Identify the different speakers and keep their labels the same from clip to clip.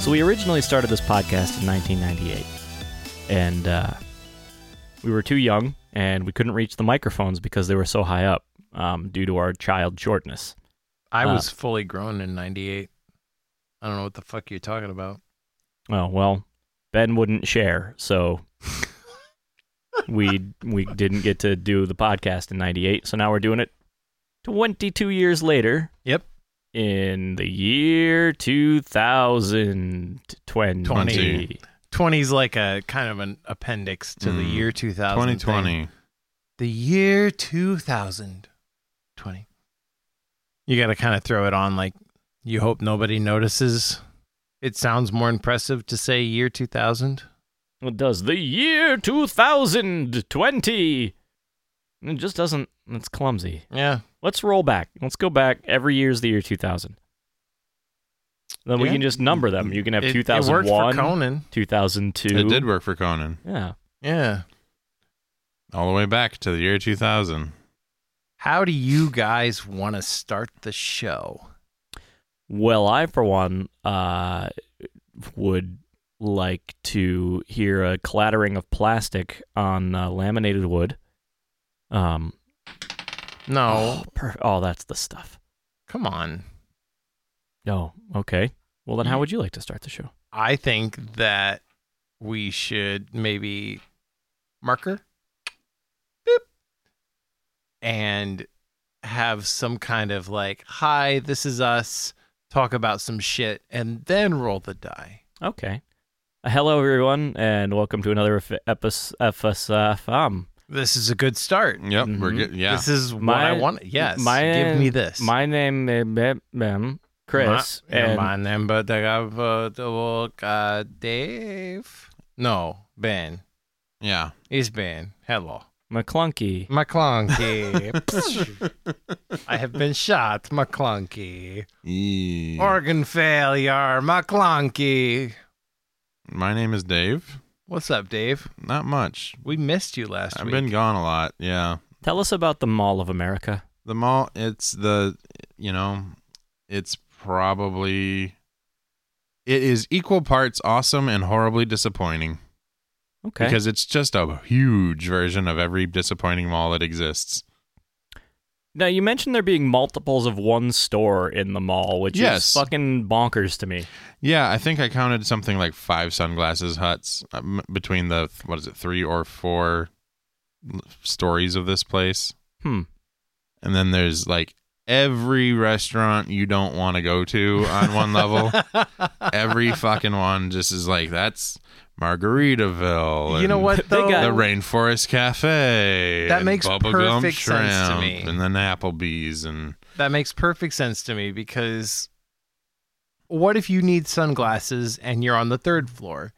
Speaker 1: So we originally started this podcast in 1998, and uh, we were too young, and we couldn't reach the microphones because they were so high up um, due to our child shortness.
Speaker 2: I
Speaker 1: Uh,
Speaker 2: was fully grown in 98. I don't know what the fuck you're talking about.
Speaker 1: Oh well, Ben wouldn't share, so we we didn't get to do the podcast in '98. So now we're doing it 22 years later.
Speaker 2: Yep.
Speaker 1: In the year 2020.
Speaker 2: Twenty. 20's like a kind of an appendix to the
Speaker 3: Mm.
Speaker 2: year 2000. thing.
Speaker 3: 2020.
Speaker 2: The year 2020. You got to kind of throw it on like you hope nobody notices. It sounds more impressive to say year 2000.
Speaker 1: It does the year 2020. It just doesn't. It's clumsy.
Speaker 2: Yeah.
Speaker 1: Let's roll back. Let's go back. Every year is the year 2000. Then we
Speaker 2: Yeah.
Speaker 1: can just number them. You can have
Speaker 2: It- It worked
Speaker 1: 2001,
Speaker 2: for Conan.
Speaker 1: 2002.
Speaker 3: It did work for Conan
Speaker 1: Yeah.
Speaker 2: Yeah.
Speaker 3: all the way back to the year 2000.
Speaker 2: How do you guys want to start the show?
Speaker 1: Well, I for one uh, would like to hear a clattering of plastic on uh, laminated wood. Um.
Speaker 2: No.
Speaker 1: per- oh, that's the stuff.
Speaker 2: Come on.
Speaker 1: Oh, okay. Well, then, how
Speaker 2: Mm-hmm.
Speaker 1: would you like to start the show?
Speaker 2: I think that we should maybe marker Boop. and have some kind of like, hi, this is us, talk about some shit, and then roll the die.
Speaker 1: Okay. Uh, Hello, everyone, and welcome to another f- epis- FS- um,
Speaker 2: This is a good start.
Speaker 3: Yep, we're
Speaker 1: Mhm.
Speaker 3: good. Yeah.
Speaker 2: This is what
Speaker 1: My-
Speaker 2: I want. Yes.
Speaker 1: my-
Speaker 2: give me this.
Speaker 1: My name is Bem- Bem- um, Chris,
Speaker 2: My,
Speaker 1: and
Speaker 2: my name, but I have, uh, the work, uh, Dave. No, Ben.
Speaker 3: yeah.
Speaker 2: It's Ben. Hello.
Speaker 1: McClunky.
Speaker 2: McClunky. I have been shot, McClunky.
Speaker 3: Eee.
Speaker 2: Organ failure, McClunky.
Speaker 3: My name is Dave.
Speaker 2: What's up, Dave?
Speaker 3: Not much.
Speaker 2: We missed you last
Speaker 3: I've
Speaker 2: week.
Speaker 3: been gone a lot. Yeah.
Speaker 1: Tell us about the Mall of America.
Speaker 3: The mall, it's the, you know, it's probably, it is equal parts awesome and horribly disappointing
Speaker 1: Okay.
Speaker 3: because it's just a huge version of every disappointing mall that exists.
Speaker 1: now, you mentioned there being multiples of one store in the mall, which is
Speaker 3: Yes.
Speaker 1: fucking bonkers to me.
Speaker 3: Yeah, I think I counted something like five sunglasses huts um, between the what is it, three or four l- stories of this place,
Speaker 1: Hmm.
Speaker 3: and then there's like every restaurant you don't want to go to on one level. Every fucking one just is like that's Margaritaville.
Speaker 2: you know
Speaker 3: and
Speaker 2: what,
Speaker 1: They
Speaker 2: though?
Speaker 1: got-
Speaker 3: The Rainforest Cafe.
Speaker 2: That
Speaker 3: and
Speaker 2: makes
Speaker 3: Bubblegum
Speaker 2: perfect sense to
Speaker 3: Shrimp
Speaker 2: me.
Speaker 3: And then Applebee's and
Speaker 2: that makes perfect sense to me because what if you need sunglasses and you're on the third floor?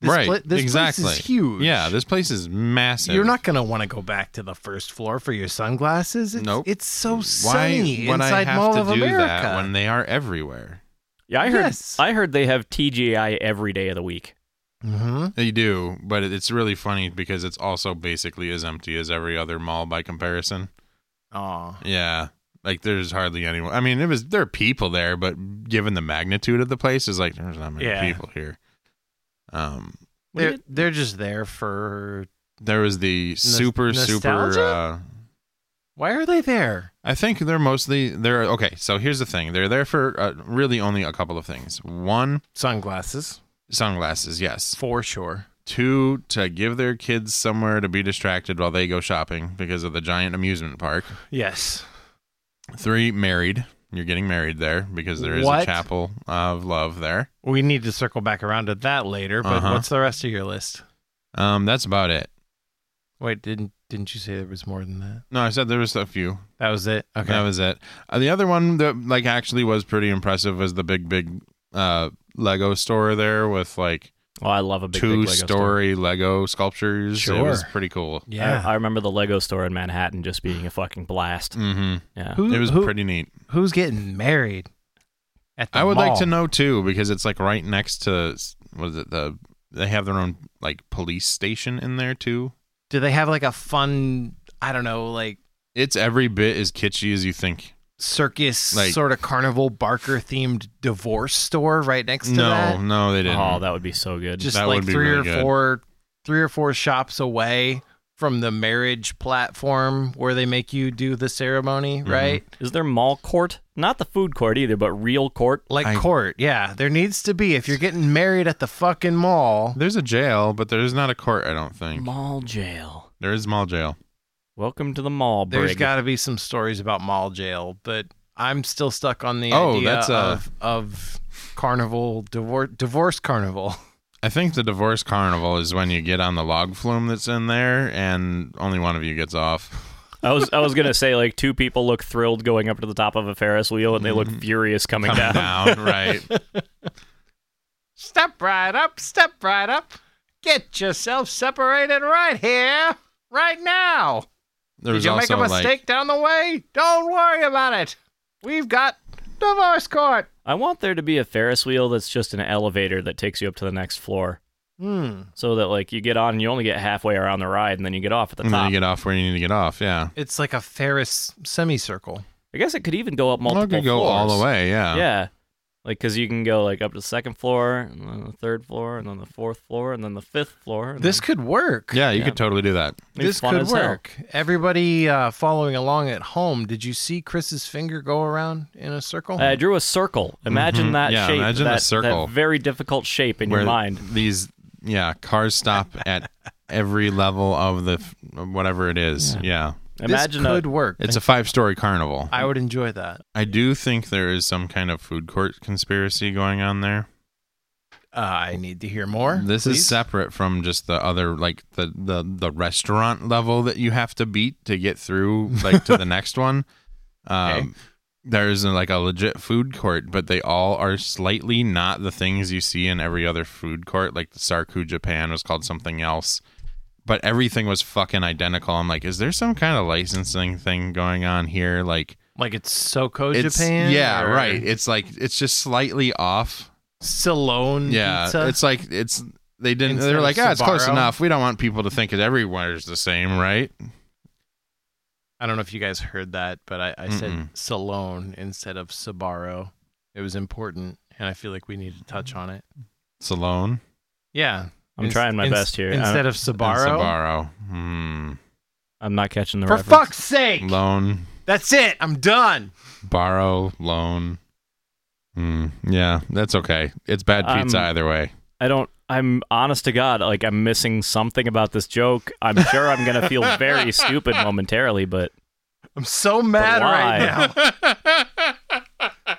Speaker 2: This
Speaker 3: right,
Speaker 2: pla- this
Speaker 3: exactly.
Speaker 2: Place is huge.
Speaker 3: Yeah, this place is massive.
Speaker 2: You're not gonna want to go back to the first floor for your sunglasses. It's,
Speaker 3: Nope.
Speaker 2: It's so
Speaker 3: Why
Speaker 2: sunny
Speaker 3: would I
Speaker 2: inside
Speaker 3: have
Speaker 2: Mall
Speaker 3: to
Speaker 2: of
Speaker 3: do
Speaker 2: America.
Speaker 3: that when they are everywhere?
Speaker 1: Yeah, I heard.
Speaker 2: Yes.
Speaker 1: I heard they have TGI every day of the week.
Speaker 2: mm-hmm.
Speaker 3: They do, but it- it's really funny because it's also basically as empty as every other mall by comparison.
Speaker 2: Oh,
Speaker 3: Yeah. Like there's hardly anyone. I mean, it was there are people there, but given the magnitude of the place, is like there's not many
Speaker 2: Yeah.
Speaker 3: people here. Um,
Speaker 1: What
Speaker 2: they're
Speaker 1: did-
Speaker 2: they're just there for.
Speaker 3: there was the super
Speaker 2: nostalgia?
Speaker 3: super. Uh,
Speaker 2: Why are they there?
Speaker 3: I think they're mostly they're okay. So here's the thing: they're there for uh, really only a couple of things. One,
Speaker 2: Sunglasses
Speaker 3: sunglasses. Yes,
Speaker 2: for sure.
Speaker 3: Two, to give their kids somewhere to be distracted while they go shopping because of the giant amusement park.
Speaker 2: Yes.
Speaker 3: Three, married. You're getting married there because there is
Speaker 2: What?
Speaker 3: a chapel of love there.
Speaker 2: We need to circle back around to that later. But
Speaker 3: Uh-huh.
Speaker 2: what's the rest of your list?
Speaker 3: Um, that's about it.
Speaker 2: Wait, didn't didn't you say there was more than that?
Speaker 3: No, I said there was a few.
Speaker 2: That was it. Okay.
Speaker 3: That was it. Uh, the other one that like actually was pretty impressive was the big big uh Lego store there with like
Speaker 1: Oh, I love a big, big
Speaker 3: two
Speaker 1: Lego store.
Speaker 3: story Lego sculptures. It was
Speaker 2: Sure.
Speaker 3: pretty cool.
Speaker 2: yeah.
Speaker 1: I, I remember the Lego store in Manhattan just being a fucking blast.
Speaker 3: hmm
Speaker 1: Yeah.
Speaker 2: who,
Speaker 3: It was
Speaker 2: who-
Speaker 3: pretty neat.
Speaker 2: Who's getting married? At the
Speaker 3: I would like
Speaker 2: mall?
Speaker 3: to know too because it's like right next to what is it the they have their own like police station in there too.
Speaker 2: Do they have like a fun? I don't know, like
Speaker 3: It's every bit as kitschy as you think.
Speaker 2: circus
Speaker 3: Like-
Speaker 2: sort of carnival barker themed divorce store right next to
Speaker 3: no,
Speaker 2: that.
Speaker 3: no, they didn't.
Speaker 1: Oh, that would be so good.
Speaker 2: Just
Speaker 3: that
Speaker 2: like
Speaker 3: would be
Speaker 2: three
Speaker 3: really
Speaker 2: or
Speaker 3: good.
Speaker 2: four three or four shops away from the marriage platform where they make you do the ceremony,
Speaker 3: Mhm.
Speaker 2: right?
Speaker 1: Is there mall court? Not the food court either, but real court.
Speaker 2: Like
Speaker 3: I-
Speaker 2: court, yeah. There needs to be if you're getting married at the fucking mall.
Speaker 3: There's a jail, but there's not a court. I don't think
Speaker 1: Mall jail.
Speaker 3: there is mall jail.
Speaker 1: Welcome to the mall,
Speaker 2: There's
Speaker 1: Brig.
Speaker 2: got to be some stories about mall jail, but I'm still stuck on the
Speaker 3: Oh,
Speaker 2: idea
Speaker 3: that's a-
Speaker 2: of, of carnival divorce divorce carnival.
Speaker 3: I think the divorce carnival is when you get on the log flume that's in there, and only one of you gets off.
Speaker 1: I was I was gonna say like two people look thrilled going up to the top of a Ferris wheel and they look furious coming
Speaker 3: Coming
Speaker 1: down.
Speaker 3: down, right?
Speaker 2: Step right up, step right up. Get yourself separated right here, right now.
Speaker 3: There
Speaker 2: Did you make a mistake down the way? Don't worry about it. We've got divorce court.
Speaker 1: I want there to be a Ferris wheel that's just an elevator that takes you up to the next floor.
Speaker 2: Hmm.
Speaker 1: So that like you get on and you only get halfway around the ride and then you get off at the
Speaker 3: and then
Speaker 1: top.
Speaker 3: you get off where you need to get off. Yeah,
Speaker 2: It's like a Ferris semicircle.
Speaker 1: I guess it could even go up multiple
Speaker 3: Well, it could go
Speaker 1: floors.
Speaker 3: all the way. Yeah.
Speaker 1: Yeah. Like, because you can go like up to the second floor, and then the third floor, and then the fourth floor, and then the fifth floor. and
Speaker 2: This
Speaker 1: then-
Speaker 2: could work.
Speaker 3: Yeah, you
Speaker 1: Yeah.
Speaker 3: could totally do that.
Speaker 1: It'd be
Speaker 2: This
Speaker 1: fun
Speaker 2: could
Speaker 1: as hell.
Speaker 2: work. Everybody uh, following along at home, did you see Chris's finger go around in a circle?
Speaker 1: I drew a circle. Imagine
Speaker 3: Mhm.
Speaker 1: that
Speaker 3: Yeah,
Speaker 1: shape.
Speaker 3: imagine a
Speaker 1: that,
Speaker 3: circle.
Speaker 1: That very difficult shape in
Speaker 3: Where
Speaker 1: your mind.
Speaker 3: These, yeah, cars stop at every level of the f- whatever it is.
Speaker 1: Yeah.
Speaker 3: Yeah,
Speaker 1: Imagine
Speaker 2: this
Speaker 1: a,
Speaker 2: could work.
Speaker 3: it's a five-story carnival.
Speaker 2: I would enjoy that.
Speaker 3: I do think there is some kind of food court conspiracy going on there.
Speaker 2: Uh, I need to hear more.
Speaker 3: This
Speaker 2: please.
Speaker 3: is separate from just the other like the, the the restaurant level that you have to beat to get through like to the next one. Um
Speaker 2: Okay.
Speaker 3: there's like a legit food court, but they all are slightly not the things you see in every other food court. Like the Sarku Japan was called something else. But everything was fucking identical. I'm like, is there some kind of licensing thing going on here? Like
Speaker 2: like it's Soko
Speaker 3: it's
Speaker 2: Oh, Japan.
Speaker 3: Yeah,
Speaker 2: or
Speaker 3: right. It's like it's just slightly off.
Speaker 2: Salone
Speaker 3: Yeah,
Speaker 2: pizza.
Speaker 3: it's like it's they didn't.
Speaker 2: Instead
Speaker 3: They're
Speaker 2: of
Speaker 3: like, ah, it's close
Speaker 2: Sbarro."
Speaker 3: enough. We don't want people to think that everywhere's the same, right?
Speaker 2: I don't know if you guys heard that, but I, I said
Speaker 3: Mm-mm.
Speaker 2: Salone instead of Sabaro. It was important, and I feel like we need to touch on it.
Speaker 3: Salone,
Speaker 2: Yeah,
Speaker 1: I'm
Speaker 2: Ins-
Speaker 1: trying my
Speaker 2: ins-
Speaker 1: best here.
Speaker 2: Instead
Speaker 1: I'm,
Speaker 2: of Sabaro.
Speaker 3: Sabaro, hmm,
Speaker 1: I'm not catching the
Speaker 2: For
Speaker 1: reference.
Speaker 2: fuck's sake!
Speaker 3: loan,
Speaker 2: That's it. I'm done.
Speaker 3: borrow, loan. Hmm. Yeah, that's okay. It's bad pizza
Speaker 1: Um,
Speaker 3: either way.
Speaker 1: I don't. I'm honest to God. Like I'm missing something about this joke. I'm sure I'm gonna feel very stupid momentarily, but
Speaker 2: I'm so mad right
Speaker 1: why?
Speaker 2: now.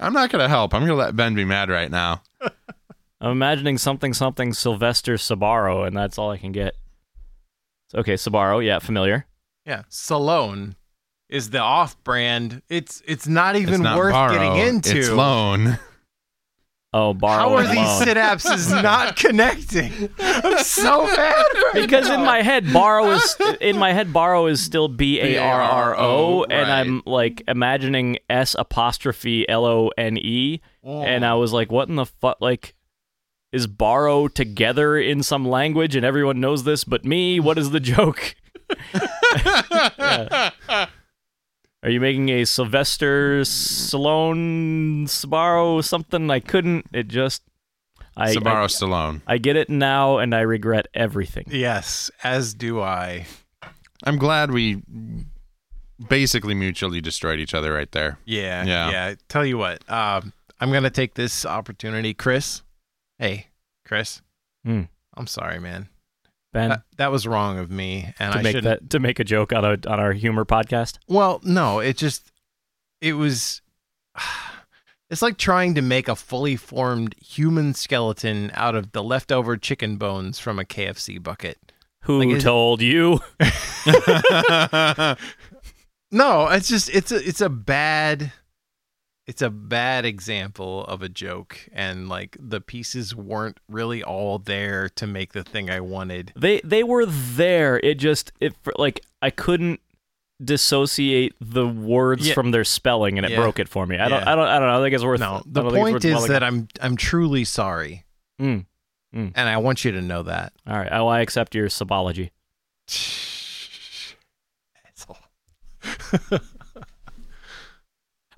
Speaker 3: I'm not gonna help. I'm gonna let Ben be mad right now.
Speaker 1: I'm imagining something something Sylvester Sabaro, and that's all I can get. Okay, Sabaro. Yeah, familiar.
Speaker 2: Yeah, Salone is the off-brand. It's it's not even
Speaker 3: it's not
Speaker 2: worth
Speaker 3: borrow,
Speaker 2: getting into.
Speaker 3: It's loan.
Speaker 1: Oh, borrow.
Speaker 2: How are
Speaker 1: and
Speaker 2: these
Speaker 1: loan.
Speaker 2: synapses not connecting? I'm so mad right
Speaker 1: Because in
Speaker 2: now.
Speaker 1: my head, borrow is in my head, borrow is still B A R R O, and I'm like imagining S apostrophe L O N E, and I was like, what in the fuck? Like, is borrow together in some language, and everyone knows this, but me? What is the joke? Yeah. Are you making a Sylvester Stallone Sbarro something? I couldn't. It just, I,
Speaker 3: Sabaro Stallone.
Speaker 1: I I get it now, and I regret everything.
Speaker 2: Yes, as do I.
Speaker 3: I'm glad we basically mutually destroyed each other right there.
Speaker 2: Yeah, yeah.
Speaker 3: Yeah.
Speaker 2: Tell you what, um, I'm gonna take this opportunity, Chris. Hey, Chris.
Speaker 1: Hmm.
Speaker 2: I'm sorry, man.
Speaker 1: Ben.
Speaker 2: That, that was wrong of me, and
Speaker 1: to
Speaker 2: I
Speaker 1: make
Speaker 2: should.
Speaker 1: that to make a joke on a on our humor podcast.
Speaker 2: Well, no, it just it was. It's like trying to make a fully formed human skeleton out of the leftover chicken bones from a KFC bucket.
Speaker 1: Who
Speaker 2: Like, is-
Speaker 1: told you?
Speaker 2: No, it's just it's a it's a bad it's a bad example of a joke and like the pieces weren't really all there to make the thing I wanted.
Speaker 1: They they were there. It just it like I couldn't dissociate the words
Speaker 2: Yeah.
Speaker 1: from their spelling, and it
Speaker 2: Yeah.
Speaker 1: broke it for me. I don't
Speaker 2: Yeah.
Speaker 1: I don't I don't know. I think it's worth.
Speaker 2: No,
Speaker 1: I
Speaker 2: the
Speaker 1: don't think it's
Speaker 2: point
Speaker 1: worth
Speaker 2: is
Speaker 1: dwelling
Speaker 2: that I'm I'm truly sorry
Speaker 1: on. Mm.
Speaker 2: and I want you to know that.
Speaker 1: All right. Oh, I accept your sabology.
Speaker 2: Asshole.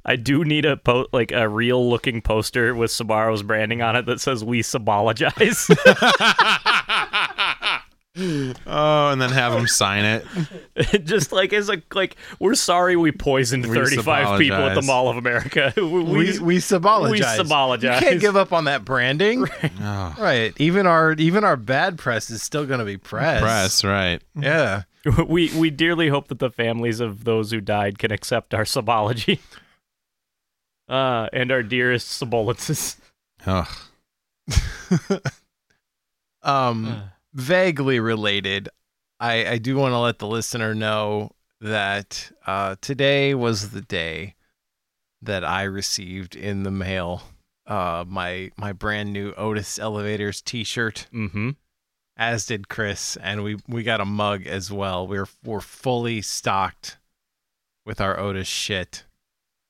Speaker 1: I do need a po- like a real looking poster with Sabaro's branding on it that says "We Sabologize."
Speaker 3: Oh, and then have them sign it.
Speaker 1: Just like as a like, we're sorry we poisoned
Speaker 3: We
Speaker 1: thirty five people at the
Speaker 3: sabologize.
Speaker 1: Mall of America. We,
Speaker 2: we we sabologize. You
Speaker 1: sabologize.
Speaker 2: can't give up on that branding,
Speaker 3: Oh,
Speaker 2: right? Even our even our bad press is still going to be press.
Speaker 3: press, right.
Speaker 2: Yeah.
Speaker 1: we we dearly hope that the families of those who died can accept our sabology. Uh, and our dearest Sabolitzes.
Speaker 3: Ugh.
Speaker 2: Um.
Speaker 3: Mm-hmm.
Speaker 2: vaguely related, I, I do want to let the listener know that uh, today was the day that I received in the mail uh, my my brand new Otis Elevators T-shirt,
Speaker 1: Mm-hmm.
Speaker 2: as did Chris, and we we got a mug as well. We're we're fully stocked with our Otis shit,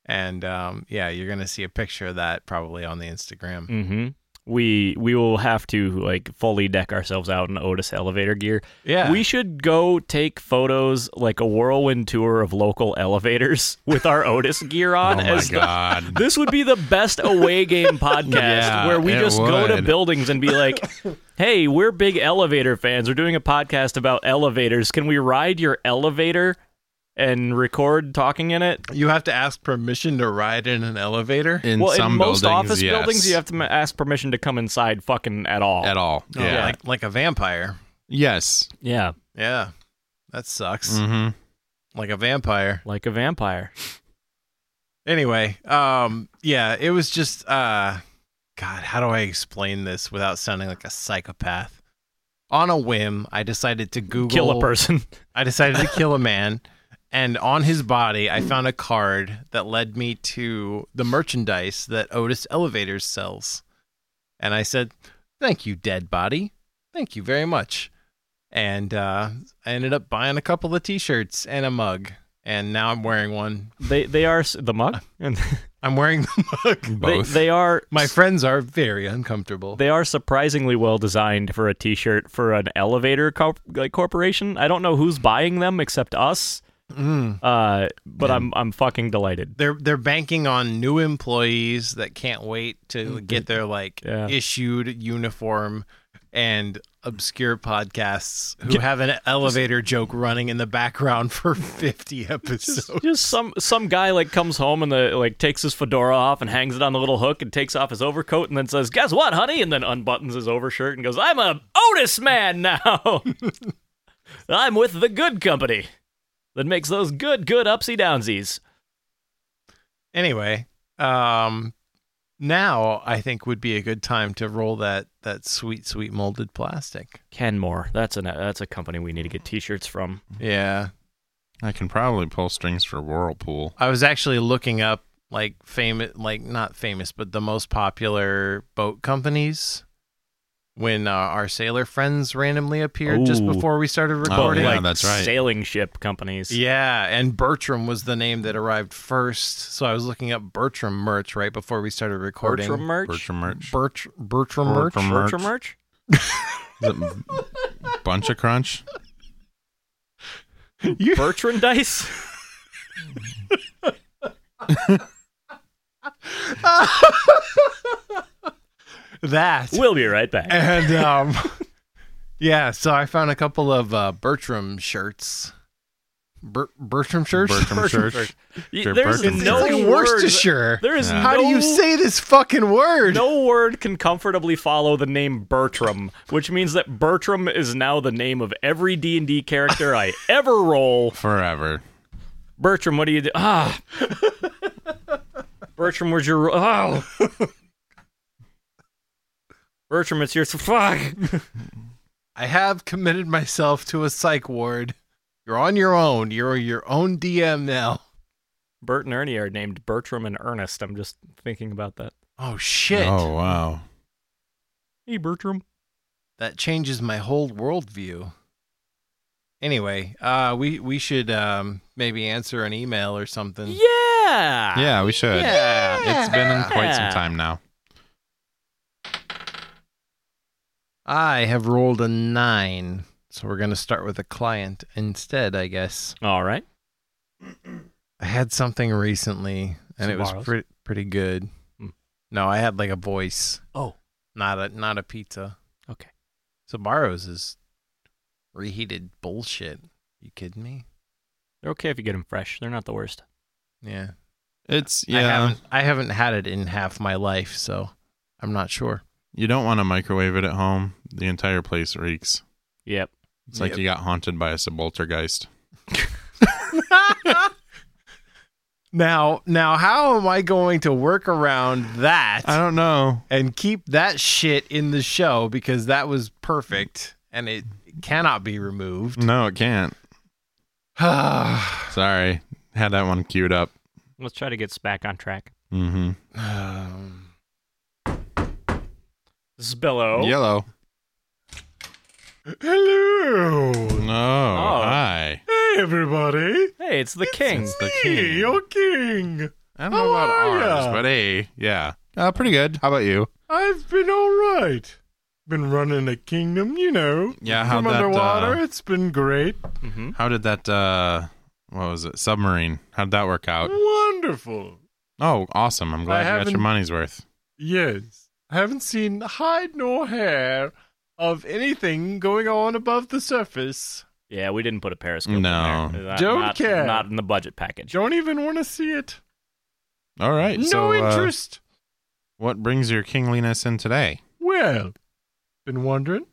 Speaker 2: and um, yeah, you're gonna see a picture of that probably on the Instagram.
Speaker 1: Mm-hmm. We we will have to like fully deck ourselves out in Otis elevator gear.
Speaker 2: Yeah,
Speaker 1: We should go take photos like a whirlwind tour of local elevators with our Otis gear
Speaker 3: Oh
Speaker 1: on
Speaker 3: my
Speaker 1: as the
Speaker 3: god.
Speaker 1: This would be the best away game podcast
Speaker 3: Yeah,
Speaker 1: where we
Speaker 3: it
Speaker 1: just go to
Speaker 3: would.
Speaker 1: buildings and be like, hey, we're big elevator fans. We're doing a podcast about elevators. Can we ride your elevator and record talking in it?
Speaker 2: you have to ask permission to ride in an elevator.
Speaker 3: In
Speaker 1: well,
Speaker 3: some
Speaker 1: in most
Speaker 3: buildings,
Speaker 1: office
Speaker 3: yes.
Speaker 1: buildings, you have to ma- ask permission to come inside fucking at all.
Speaker 3: at all.
Speaker 2: Oh,
Speaker 3: yeah.
Speaker 2: like like a vampire.
Speaker 3: Yes.
Speaker 1: yeah,
Speaker 2: Yeah, that sucks.
Speaker 1: Mm.
Speaker 3: Mm-hmm.
Speaker 2: Like a vampire.
Speaker 1: like a vampire.
Speaker 2: Anyway, um, yeah, it was just, uh, God, how do I explain this without sounding like a psychopath? On a whim, I decided to Google.
Speaker 1: Kill a person.
Speaker 2: I decided to kill a man, and on his body, I found a card that led me to the merchandise that Otis Elevators sells. And I said, "Thank you, dead body. Thank you very much." And uh, I ended up buying a couple of T-shirts and a mug, and now I'm wearing one.
Speaker 1: they they are s- the mug. And
Speaker 2: I'm wearing the mug.
Speaker 1: they,
Speaker 3: Both.
Speaker 1: they are
Speaker 2: My friends are very uncomfortable.
Speaker 1: They are surprisingly well designed for a T-shirt for an elevator co- like corporation. I don't know who's buying them except us,
Speaker 2: Mm.
Speaker 1: uh, but I'm I'm fucking delighted.
Speaker 2: They're they're banking on new employees that can't wait to get their like
Speaker 1: Mm-hmm. Yeah.
Speaker 2: issued uniform and obscure podcasts who have an elevator joke running in the background for 50 episodes.
Speaker 1: Just some some guy like comes home and the like takes his fedora off and hangs it on the little hook and takes off his overcoat and then says, "Guess what, honey?" and then unbuttons his overshirt and goes, "I'm a Otis man now. I'm with the good company that makes those good good upsy downsies."
Speaker 2: Anyway, um now I think would be a good time to roll that that sweet sweet molded plastic.
Speaker 1: Kenmore, that's an that's a company we need to get T-shirts from.
Speaker 2: Yeah.
Speaker 3: I can probably pull strings for Whirlpool.
Speaker 2: I was actually looking up like famous, like not famous, but the most popular boat companies when uh, our sailor friends randomly appeared just
Speaker 1: Ooh. Oh,
Speaker 2: before we started
Speaker 1: But
Speaker 2: recording.
Speaker 3: Oh, yeah,
Speaker 1: like
Speaker 3: that's right.
Speaker 1: sailing ship companies.
Speaker 2: Yeah, and Bertram was the name that arrived first. So I was looking up Bertram merch right before we started recording.
Speaker 1: Bertram merch.
Speaker 3: Bertram merch.
Speaker 2: Bert- Bertram merch.
Speaker 3: Bertram merch.
Speaker 1: Bertram merch.
Speaker 3: Is it bunch of crunch.
Speaker 1: Bertram dice.
Speaker 2: That.
Speaker 1: We'll be right back.
Speaker 2: and um, yeah, so I found a couple of uh, Bertram shirts. Ber- Bertram shirts.
Speaker 3: Bertram church.
Speaker 1: Y-
Speaker 3: Sure,
Speaker 1: There's
Speaker 3: Bertram
Speaker 1: no
Speaker 2: it's like
Speaker 1: word.
Speaker 2: Worcestershire.
Speaker 1: There is
Speaker 3: Yeah.
Speaker 2: How
Speaker 1: no,
Speaker 2: do you say this fucking word?
Speaker 1: No word can comfortably follow the name Bertram, which means that Bertram is now the name of every D and D character I ever roll.
Speaker 3: Forever.
Speaker 1: Bertram, what do you do? Ah. Bertram, where's your ro- oh? Bertram, it's your fuck.
Speaker 2: I have committed myself to a psych ward. You're on your own. You're your own DM now.
Speaker 1: Bert and Ernie are named Bertram and Ernest. I'm just thinking about that.
Speaker 2: Oh shit.
Speaker 3: Oh wow.
Speaker 1: Hey, Bertram.
Speaker 2: That changes my whole worldview. Anyway, uh, we we should um, maybe answer an email or something.
Speaker 1: Yeah.
Speaker 3: Yeah, we should.
Speaker 2: Yeah.
Speaker 3: It's been in quite some
Speaker 1: Yeah.
Speaker 3: time now.
Speaker 2: I have rolled a nine, so we're gonna start with a client instead, I guess.
Speaker 1: All right.
Speaker 2: I had something recently, and
Speaker 1: Some
Speaker 2: it was
Speaker 1: borrows?
Speaker 2: pretty pretty good.
Speaker 1: Hmm.
Speaker 2: No, I had like a voice,
Speaker 1: Oh,
Speaker 2: not a not a pizza.
Speaker 1: Okay.
Speaker 2: Sabaros is reheated bullshit. You kidding me?
Speaker 1: they're okay if you get them fresh. They're not the worst.
Speaker 2: Yeah.
Speaker 3: It's
Speaker 2: I
Speaker 3: yeah.
Speaker 2: haven't I haven't had it in half my life, so I'm not sure.
Speaker 3: You don't want to microwave it at home. The entire place reeks.
Speaker 1: Yep.
Speaker 3: It's like
Speaker 2: Yep.
Speaker 3: you got haunted by a subaltergeist.
Speaker 2: now, now how am I going to work around that?
Speaker 3: I don't know.
Speaker 2: and keep that shit in the show because that was perfect and it cannot be removed.
Speaker 3: No, it can't.
Speaker 2: oh
Speaker 3: Sorry. Had that one queued up.
Speaker 1: Let's try to get back on track.
Speaker 3: Mm-hmm.
Speaker 1: This is
Speaker 2: Oh.
Speaker 1: Bello.
Speaker 3: Yellow.
Speaker 2: Hello,
Speaker 3: No.
Speaker 2: Oh.
Speaker 3: Hi.
Speaker 2: hey everybody!
Speaker 1: Hey, it's the king.
Speaker 3: It's the king.
Speaker 2: king.
Speaker 3: I don't
Speaker 2: How
Speaker 3: know about
Speaker 2: are
Speaker 3: ours,
Speaker 2: ya?
Speaker 3: but hey, yeah. Uh, pretty good. How about you?
Speaker 2: I've been all right. Been running a kingdom, you know.
Speaker 3: Yeah, how'd that, uh,
Speaker 2: it's been great.
Speaker 1: Mm-hmm.
Speaker 3: How did that? uh What was it? Submarine. How'd that work out?
Speaker 2: Wonderful.
Speaker 3: Oh, awesome! I'm
Speaker 2: I
Speaker 3: glad you got your
Speaker 2: haven't-
Speaker 3: money's worth.
Speaker 2: Yes. I haven't seen hide nor hair of anything going on above the surface.
Speaker 1: Yeah, we didn't put a periscope.
Speaker 3: No.
Speaker 1: in there. Uh, Not,
Speaker 2: Don't
Speaker 1: not,
Speaker 2: care.
Speaker 1: Not in the budget package.
Speaker 2: Don't even want to see it.
Speaker 3: All right.
Speaker 2: no
Speaker 3: so, uh,
Speaker 2: interest.
Speaker 3: what brings your kingliness in today?
Speaker 2: Well, been wondering.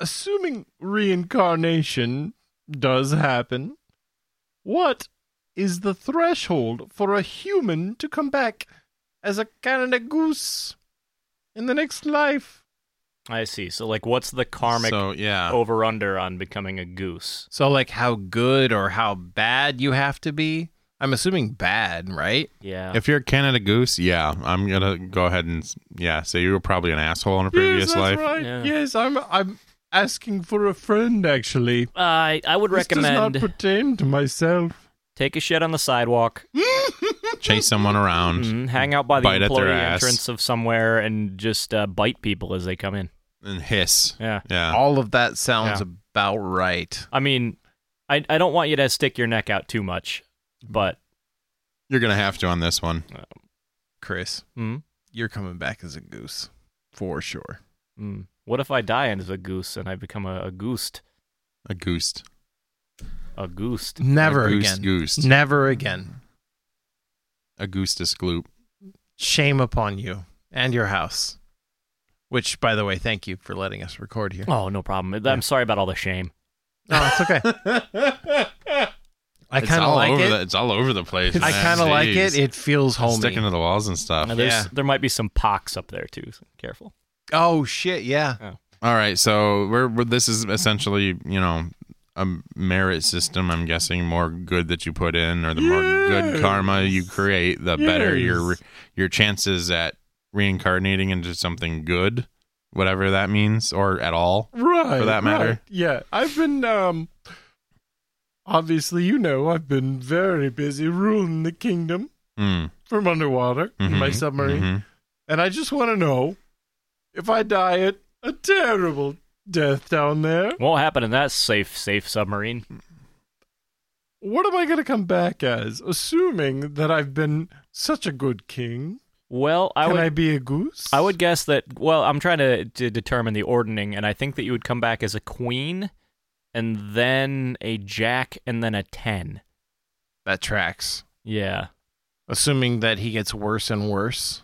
Speaker 2: Assuming reincarnation does happen, what is the threshold for a human to come back as a Canada goose in the next life?
Speaker 1: I see. So, like, what's the karmic
Speaker 3: So yeah.
Speaker 1: over under on becoming a goose?
Speaker 2: So, like, how good or how bad you have to be? I'm assuming bad, right?
Speaker 1: Yeah.
Speaker 3: If you're a Canada Goose, yeah, I'm gonna go ahead and yeah, say you were probably an asshole in a previous
Speaker 2: yes,
Speaker 3: life.
Speaker 2: That's right.
Speaker 1: Yeah.
Speaker 2: Yes, I'm. I'm asking for a friend. Actually,
Speaker 1: I I would
Speaker 2: this does not
Speaker 1: recommend
Speaker 2: pertain to myself.
Speaker 1: take a shit on the sidewalk,
Speaker 3: Chase someone around
Speaker 2: Mm.
Speaker 1: mhm, hang out by the
Speaker 3: Bite at their
Speaker 1: employee
Speaker 3: ass.
Speaker 1: entrance of somewhere, and just uh, bite people as they come in.
Speaker 3: and hiss.
Speaker 1: Yeah.
Speaker 3: Yeah.
Speaker 2: All of that sounds about right.
Speaker 1: I mean, I I don't want you to stick your neck out too much, but
Speaker 3: You're gonna have to on this one.
Speaker 2: Chris,
Speaker 1: mm,
Speaker 2: you're coming back as a goose for sure.
Speaker 1: mm. what if I die as a goose and I become a, a goosed?
Speaker 3: A goose.
Speaker 1: A goosed.
Speaker 2: Never
Speaker 3: a goose,
Speaker 2: again.
Speaker 3: Goose.
Speaker 2: Never again.
Speaker 3: A goose to gloop.
Speaker 2: Shame upon you and your house. Which, by the way, thank you for letting us record here.
Speaker 1: Oh, no problem. I'm sorry about all the shame.
Speaker 2: No, it's okay. I
Speaker 3: Oh, It's
Speaker 2: kind of
Speaker 3: all
Speaker 2: like
Speaker 3: over
Speaker 2: it.
Speaker 3: The, it's all over the place.
Speaker 2: I
Speaker 3: man.
Speaker 2: kind of like it.
Speaker 3: Jeez.
Speaker 2: It feels homey.
Speaker 3: sticking to the walls and stuff.
Speaker 1: Now, Uh, there's-
Speaker 2: Yeah.
Speaker 1: There might be some pox up there, too. So careful.
Speaker 2: oh shit! Yeah.
Speaker 3: All right, so we're, we're this is essentially you know a merit system. I'm guessing more good that you put in, or the more good
Speaker 2: Yes.
Speaker 3: karma you create, the better your
Speaker 2: Yes.
Speaker 3: your chances at reincarnating into something good, whatever that means, or at all.
Speaker 2: Right.
Speaker 3: that matter.
Speaker 2: right. Yeah. I've been um obviously you know I've been very busy ruling the kingdom
Speaker 3: Mm,
Speaker 2: from underwater in
Speaker 3: mhm,
Speaker 2: my submarine.
Speaker 3: mhm.
Speaker 2: And I just want to know if I die at a terrible death down there,
Speaker 1: Won't happen in that safe, safe submarine.
Speaker 2: what am I going to come back as? Assuming that I've been such a good king,
Speaker 1: Well, I
Speaker 2: can
Speaker 1: would.
Speaker 2: I be a goose?
Speaker 1: I would guess that. Well, I'm trying to, to determine the ordering, and I think that you would come back as a queen, and then a jack, and then a ten.
Speaker 2: That tracks.
Speaker 1: Yeah,
Speaker 2: Assuming that he gets worse and worse.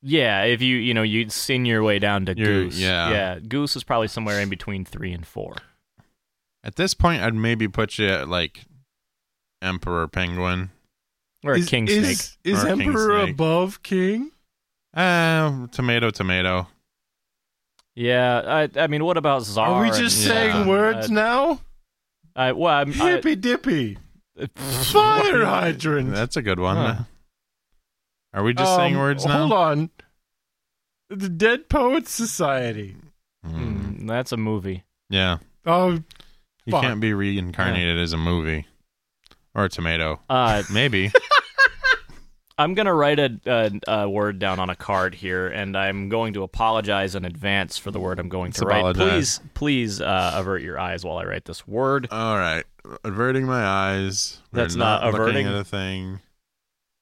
Speaker 1: yeah. If you you know you'd seen your way down to
Speaker 3: You're-
Speaker 1: goose.
Speaker 3: yeah.
Speaker 1: Goose is probably somewhere in between three and four.
Speaker 3: At this point, I'd maybe put you at like emperor penguin.
Speaker 1: Or a king snake.
Speaker 3: is Or a king Emperor snake.
Speaker 2: above king?
Speaker 3: Uh, tomato, tomato.
Speaker 1: Yeah. I I mean, what about czar?
Speaker 2: Are we
Speaker 1: and-
Speaker 2: just
Speaker 3: yeah.
Speaker 2: saying words
Speaker 1: Uh,
Speaker 2: now?
Speaker 1: I, well, I'm, I,
Speaker 2: Hippy dippy. Fire
Speaker 1: Fire
Speaker 2: hydrant.
Speaker 3: That's a good one.
Speaker 1: Huh.
Speaker 3: Are we just saying
Speaker 2: Um,
Speaker 3: words
Speaker 2: Hold
Speaker 3: now?
Speaker 2: on. The Dead Poets Society.
Speaker 3: Mm,
Speaker 1: Hmm, that's a movie.
Speaker 3: yeah.
Speaker 2: Oh,
Speaker 3: You
Speaker 2: Fuck.
Speaker 3: can't be reincarnated as a movie or a tomato.
Speaker 1: Uh,
Speaker 3: Maybe.
Speaker 1: I'm gonna write a, a, a word down on a card here, and I'm going to apologize in advance for the word I'm going to write.
Speaker 3: Apologize.
Speaker 1: Please, please uh, avert your eyes while I write this word.
Speaker 3: All right. Averting my eyes. We're
Speaker 1: That's not averting.
Speaker 3: looking at a thing.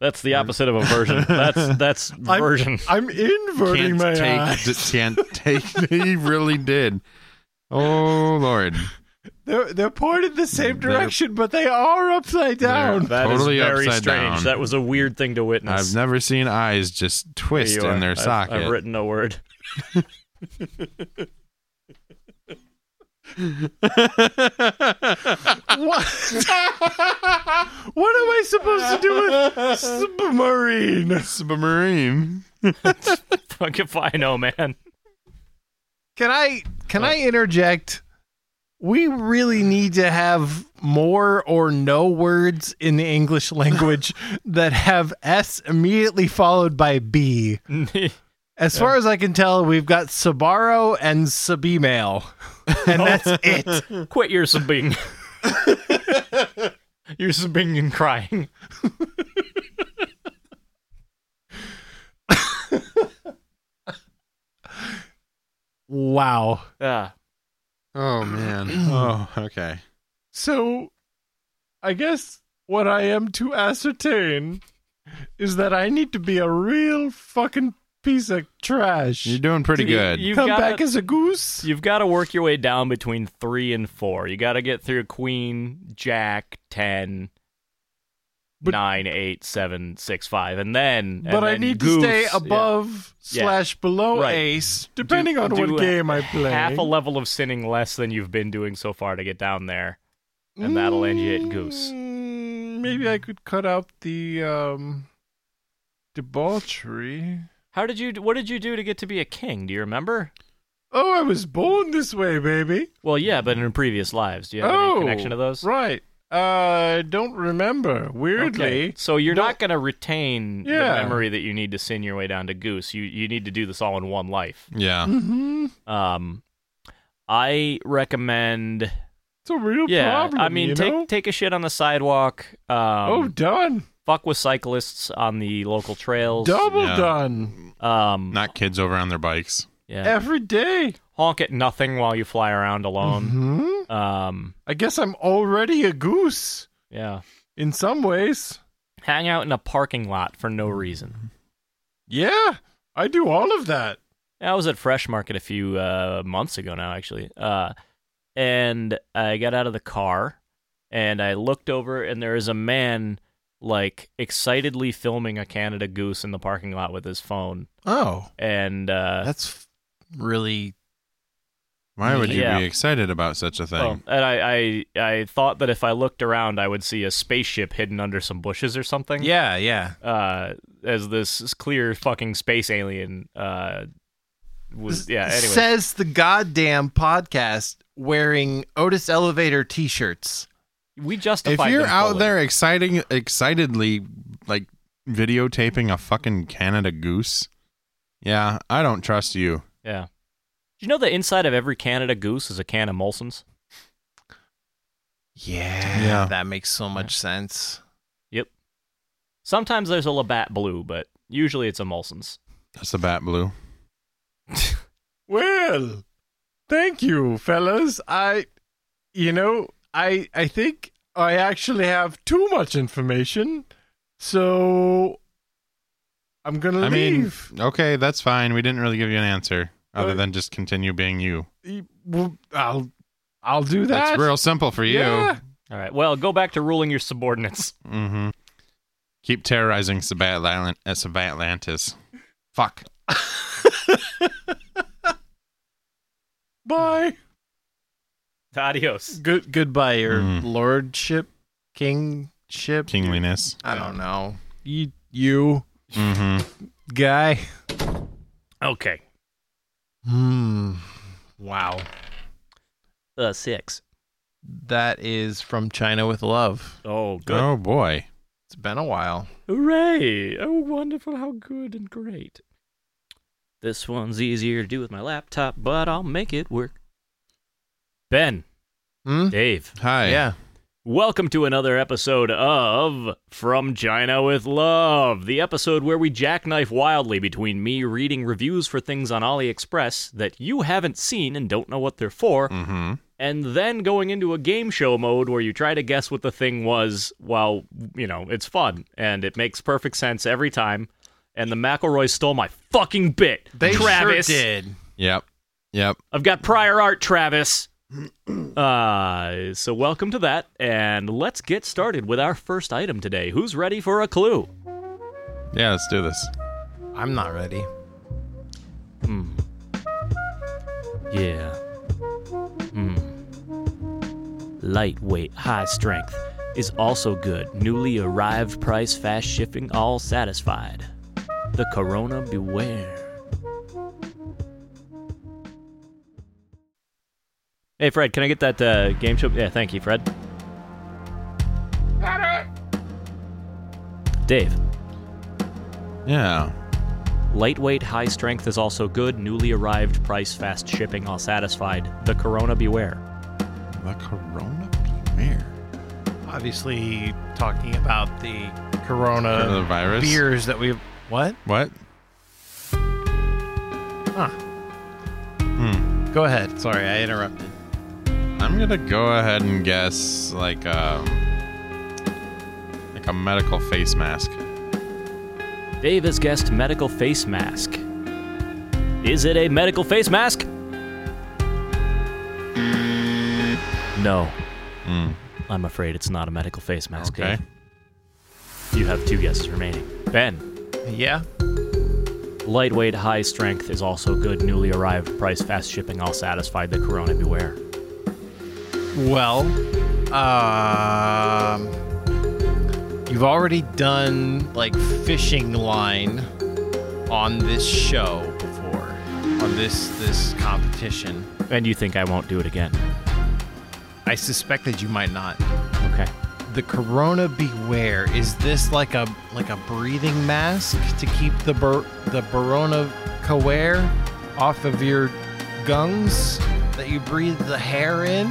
Speaker 1: That's the opposite of aversion. That's that's version.
Speaker 2: I'm inverting
Speaker 3: Can't
Speaker 2: my
Speaker 3: take.
Speaker 2: eyes.
Speaker 3: d- can't take. he really did. Oh Lord.
Speaker 2: They're, they're pointed the same
Speaker 3: They're-
Speaker 2: direction, but they are upside down.
Speaker 3: They're-
Speaker 1: That is
Speaker 3: Totally
Speaker 1: very
Speaker 3: upside
Speaker 1: strange.
Speaker 3: down.
Speaker 1: That was a weird thing to witness.
Speaker 3: I've never seen eyes just
Speaker 1: Here
Speaker 3: twist
Speaker 1: you
Speaker 3: in
Speaker 1: are.
Speaker 3: their
Speaker 1: I've-
Speaker 3: socket.
Speaker 1: I've written a word.
Speaker 2: What? what am I supposed to do with submarine?
Speaker 3: Submarine.
Speaker 1: Fuck if I know, man.
Speaker 2: Can I can I interject? We really need to have more or no words in the English language that have S immediately followed by B. As far as I can tell, we've got Sabaro and Sabemail. And that's it.
Speaker 1: Quit your subbing. You're subbing and crying.
Speaker 2: Wow.
Speaker 1: Ah,
Speaker 3: Oh man. oh okay.
Speaker 2: So, I guess what I am to ascertain is that I need to be a real fucking piece of trash.
Speaker 3: You're doing pretty
Speaker 1: You-
Speaker 3: good.
Speaker 1: You've
Speaker 2: Come
Speaker 1: got
Speaker 2: back
Speaker 1: to,
Speaker 2: as a goose.
Speaker 1: you've got to work your way down between three and four. You got to get through queen, jack, ten,
Speaker 2: But-
Speaker 1: nine, eight, seven, six, five, and then.
Speaker 2: but
Speaker 1: and
Speaker 2: I
Speaker 1: then
Speaker 2: need
Speaker 1: goose.
Speaker 2: to stay
Speaker 1: Yeah.
Speaker 2: above
Speaker 1: Yeah.
Speaker 2: slash below
Speaker 1: Right.
Speaker 2: ace, depending
Speaker 1: Do-
Speaker 2: on
Speaker 1: do
Speaker 2: what game I play.
Speaker 1: Half a level of sinning less than you've been doing so far to get down there, and that'll end you at goose.
Speaker 2: Mm, Maybe I could cut out the um, debauchery.
Speaker 1: How did you? What did you do to get to be a king? Do you remember?
Speaker 2: Oh, I was born this way, baby.
Speaker 1: Well, yeah, but in previous lives, do you have
Speaker 2: oh,
Speaker 1: any connection to those?
Speaker 2: Right. Uh, I don't remember. Weirdly.
Speaker 1: Okay. So you're
Speaker 2: Don't-
Speaker 1: not going to retain
Speaker 2: Yeah.
Speaker 1: the memory that you need to sin your way down to goose. You you need to do this all in one life.
Speaker 3: yeah.
Speaker 2: Mm-hmm.
Speaker 1: Um, I recommend.
Speaker 2: It's a real
Speaker 1: yeah,
Speaker 2: problem.
Speaker 1: I mean,
Speaker 2: you
Speaker 1: take
Speaker 2: know?
Speaker 1: take a shit on the sidewalk. Um,
Speaker 2: oh, done.
Speaker 1: fuck with cyclists on the local trails.
Speaker 2: Double
Speaker 3: yeah.
Speaker 2: done.
Speaker 1: Um,
Speaker 3: Not kids over on their bikes.
Speaker 1: yeah.
Speaker 2: Every day.
Speaker 1: honk at nothing while you fly around alone.
Speaker 2: Mhm.
Speaker 1: um,
Speaker 2: I guess I'm already a goose
Speaker 1: yeah,
Speaker 2: in some ways.
Speaker 1: hang out in a parking lot for no reason.
Speaker 2: Yeah, I do all of that.
Speaker 1: I was at Fresh Market a few uh, months ago now, actually, uh, and I got out of the car and I looked over, and there is a man like excitedly filming a Canada goose in the parking lot with his phone,
Speaker 2: Oh,
Speaker 1: and uh,
Speaker 2: that's really
Speaker 3: Why would you
Speaker 1: Yeah.
Speaker 3: be excited about such a thing?
Speaker 1: well, and I, I I thought that if I looked around, I would see a spaceship hidden under some bushes or something.
Speaker 2: yeah, yeah.
Speaker 1: uh, as this clear fucking space alien uh, was yeah. Anyway,
Speaker 2: says the goddamn podcast wearing Otis Elevator T-shirts.
Speaker 1: we justified.
Speaker 3: if you're
Speaker 1: them
Speaker 3: out
Speaker 1: fully.
Speaker 3: there exciting excitedly like videotaping a fucking Canada goose, yeah, I don't trust you.
Speaker 1: yeah. Do you know the inside of every Canada goose is a can of Molson's?
Speaker 2: Yeah,
Speaker 3: Yeah.
Speaker 2: that makes so much sense.
Speaker 1: Sometimes there's a Labatt Blue, but usually it's a Molson's.
Speaker 3: That's the bat blue.
Speaker 2: Well, thank you, fellas. I, you know, I I think I actually have too much information, so I'm gonna
Speaker 3: I mean,
Speaker 2: leave.
Speaker 3: Okay, that's fine. We didn't really give you an answer other
Speaker 2: Uh,
Speaker 3: than just continue being you.
Speaker 2: Y- E, well, I'll I'll do that.
Speaker 3: That's real simple for you.
Speaker 2: Yeah.
Speaker 1: All right. Well, go back to ruling your subordinates.
Speaker 3: Mm-hmm. Keep terrorizing Sabatlan- uh, Sabatlantis. Fuck.
Speaker 2: Bye.
Speaker 1: Adios.
Speaker 2: Good goodbye, your
Speaker 3: Mm.
Speaker 2: lordship, kingship.
Speaker 3: Kingliness.
Speaker 2: I don't know. You you
Speaker 3: Mm-hmm.
Speaker 2: guy.
Speaker 1: Okay.
Speaker 2: Hmm. Wow.
Speaker 1: Uh, six.
Speaker 2: That is from China with Love.
Speaker 1: Oh, good.
Speaker 3: Oh, boy.
Speaker 2: It's been a while.
Speaker 1: Hooray! Oh, wonderful, how good and great. This one's easier to do with my laptop, but I'll make it work. Ben,
Speaker 2: Hmm.
Speaker 1: Dave,
Speaker 3: Hi.
Speaker 2: Yeah.
Speaker 1: Welcome to another episode of From China with Love, the episode where we jackknife wildly between me reading reviews for things on AliExpress that you haven't seen and don't know what they're for,
Speaker 3: Mm-hmm.
Speaker 1: and then going into a game show mode where you try to guess what the thing was while, you know, it's fun and it makes perfect sense every time. And the McElroy stole my fucking bit.
Speaker 2: They
Speaker 1: Travis.
Speaker 2: sure did.
Speaker 3: Yep. Yep.
Speaker 1: I've got prior art, Travis. Uh, so welcome to that, and let's get started with our first item today. Who's ready for a clue?
Speaker 3: Yeah, let's do this.
Speaker 2: I'm not ready.
Speaker 1: Yeah. Hmm. Lightweight, high strength is also good. Newly arrived price, fast shipping, all satisfied. The Corona beware. Hey, Fred, can I get that uh, game show? Yeah, thank you, Fred. Dave.
Speaker 3: Yeah.
Speaker 1: Lightweight, high strength is also good. Newly arrived, price, fast shipping, all satisfied. The Corona beware.
Speaker 3: The Corona Beer.
Speaker 2: Obviously, talking about the Corona
Speaker 3: Coronavirus.
Speaker 2: beers that we what?
Speaker 3: What?
Speaker 2: Huh. Go ahead. Sorry, I interrupted.
Speaker 3: I'm gonna go ahead and guess like um like a medical face mask.
Speaker 1: Dave has guessed medical face mask. Is it a medical face mask? No.
Speaker 3: Mm.
Speaker 1: I'm afraid it's not a medical face mask.
Speaker 3: Okay.
Speaker 1: Dave. You have two guesses remaining. Ben,
Speaker 2: Yeah.
Speaker 1: lightweight, high strength is also good. Newly arrived, price, fast shipping, all satisfied. The Corona beware.
Speaker 2: Well, um, you've already done like fishing line on this show before, on this this competition.
Speaker 1: And you think I won't do it again?
Speaker 2: I suspect that you might not.
Speaker 1: Okay.
Speaker 2: The Corona Beware is this like a like a breathing mask to keep the bur- the Corona Beware off of your gungs that you breathe the hair in?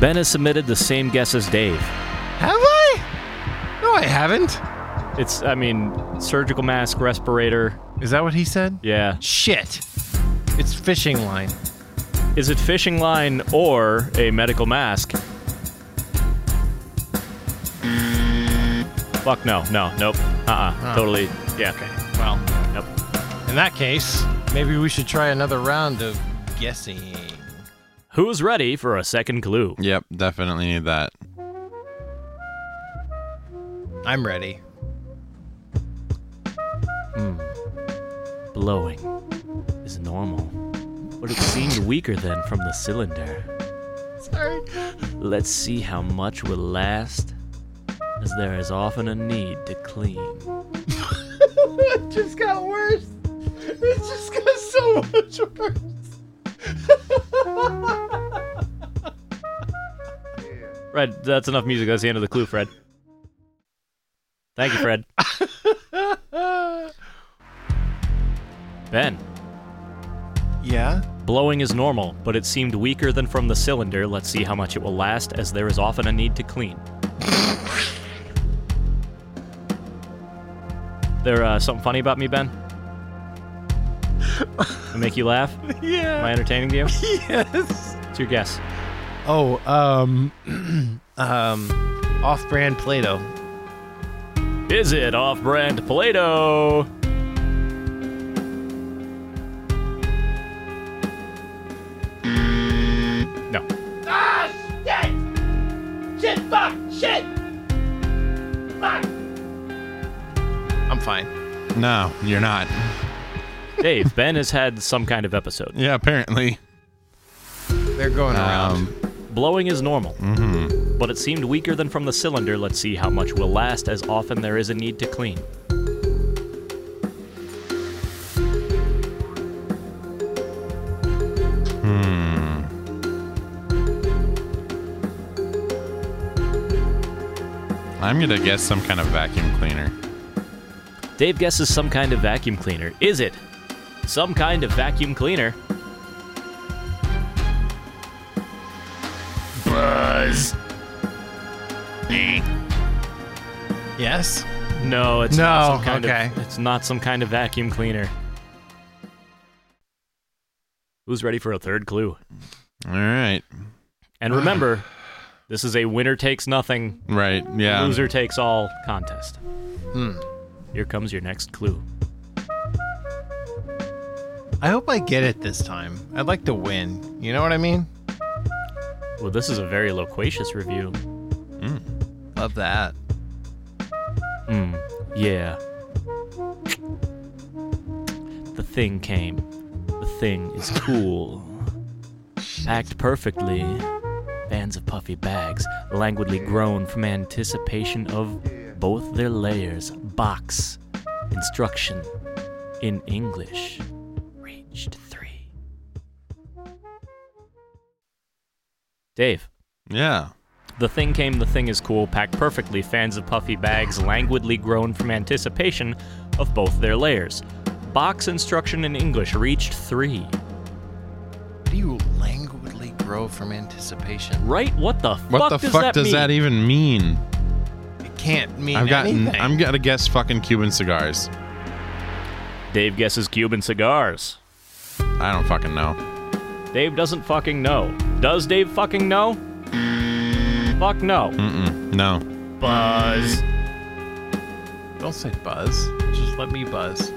Speaker 1: Ben has submitted the same guess as Dave.
Speaker 2: Have I? No, I haven't.
Speaker 1: It's, I mean, surgical mask, respirator.
Speaker 2: Is that what he said?
Speaker 1: Yeah.
Speaker 2: Shit. It's fishing line.
Speaker 1: Is it fishing line or a medical mask? Fuck no, no, nope. Uh uh
Speaker 2: Huh.
Speaker 1: Totally. Yeah. Okay.
Speaker 2: Well,
Speaker 1: Nope.
Speaker 2: in that case, maybe we should try another round of guessing.
Speaker 1: Who's ready for a second clue?
Speaker 3: Yep, definitely need that.
Speaker 2: I'm ready.
Speaker 1: Blowing is normal, but it seemed weaker than from the cylinder.
Speaker 2: Sorry.
Speaker 1: Let's see how much will last, as there is often a need to clean.
Speaker 2: it just got worse. It just got so much worse.
Speaker 1: Fred, that's enough music. That's the end of the clue, Fred. Thank you, Fred. ben,
Speaker 2: Yeah?
Speaker 1: blowing is normal, but it seemed weaker than from the cylinder. Let's see how much it will last, as there is often a need to clean. there, uh, something funny about me, Ben? I make you laugh? Am I
Speaker 2: Yeah.
Speaker 1: entertaining to you?
Speaker 2: yes.
Speaker 1: It's your guess.
Speaker 2: Oh, um, um, off-brand Play-Doh.
Speaker 1: Is it off-brand Play-Doh? No.
Speaker 4: Ah, shit! Shit, fuck, shit! Fuck!
Speaker 2: I'm fine.
Speaker 3: No, you're not.
Speaker 1: Dave, Ben has had some kind of episode.
Speaker 3: Yeah, apparently.
Speaker 2: They're going around.
Speaker 3: Um,
Speaker 1: Blowing is normal, but it seemed weaker than from the cylinder. Let's see how much will last, as often there is a need to clean.
Speaker 3: I'm gonna guess some kind of vacuum cleaner.
Speaker 1: Dave guesses some kind of vacuum cleaner. Is it some kind of vacuum cleaner?
Speaker 3: Buzz.
Speaker 2: Yes.
Speaker 1: No, it's
Speaker 2: No,
Speaker 1: not some kind
Speaker 2: okay.
Speaker 1: of it's not some kind of vacuum cleaner. Who's ready for a third clue?
Speaker 3: All right.
Speaker 1: And remember, this is a winner takes nothing,
Speaker 3: Right. Yeah.
Speaker 1: loser takes all contest.
Speaker 2: Um. Hmm.
Speaker 1: Here comes your next clue.
Speaker 2: I hope I get it this time. I'd like to win. You know what I mean?
Speaker 1: Well, this is a very loquacious review.
Speaker 2: Love that.
Speaker 1: Mm, yeah. The thing came. The thing is cool. Packed perfectly. Bands of puffy bags languidly groan from anticipation of both their layers. Box. Instruction. In English. Ranged three. Dave.
Speaker 3: Yeah.
Speaker 1: The thing came, the thing is cool, packed perfectly, fans of puffy bags languidly groan from anticipation of both their layers. Box instruction in English reached three.
Speaker 2: Do you languidly grow from anticipation?
Speaker 1: Right? What the
Speaker 3: What
Speaker 1: fuck
Speaker 3: the
Speaker 1: does
Speaker 3: fuck
Speaker 1: that
Speaker 3: does
Speaker 1: mean?
Speaker 3: that even mean?
Speaker 2: It can't mean
Speaker 3: I've gotten.
Speaker 2: anything.
Speaker 3: I'm gonna guess fucking Cuban cigars. e-
Speaker 1: Dave guesses Cuban cigars.
Speaker 3: I don't fucking know.
Speaker 1: Dave doesn't fucking know. Does Dave fucking know? Fuck no.
Speaker 3: Mm-mm. No.
Speaker 1: Buzz.
Speaker 2: Don't say buzz. Just let me buzz.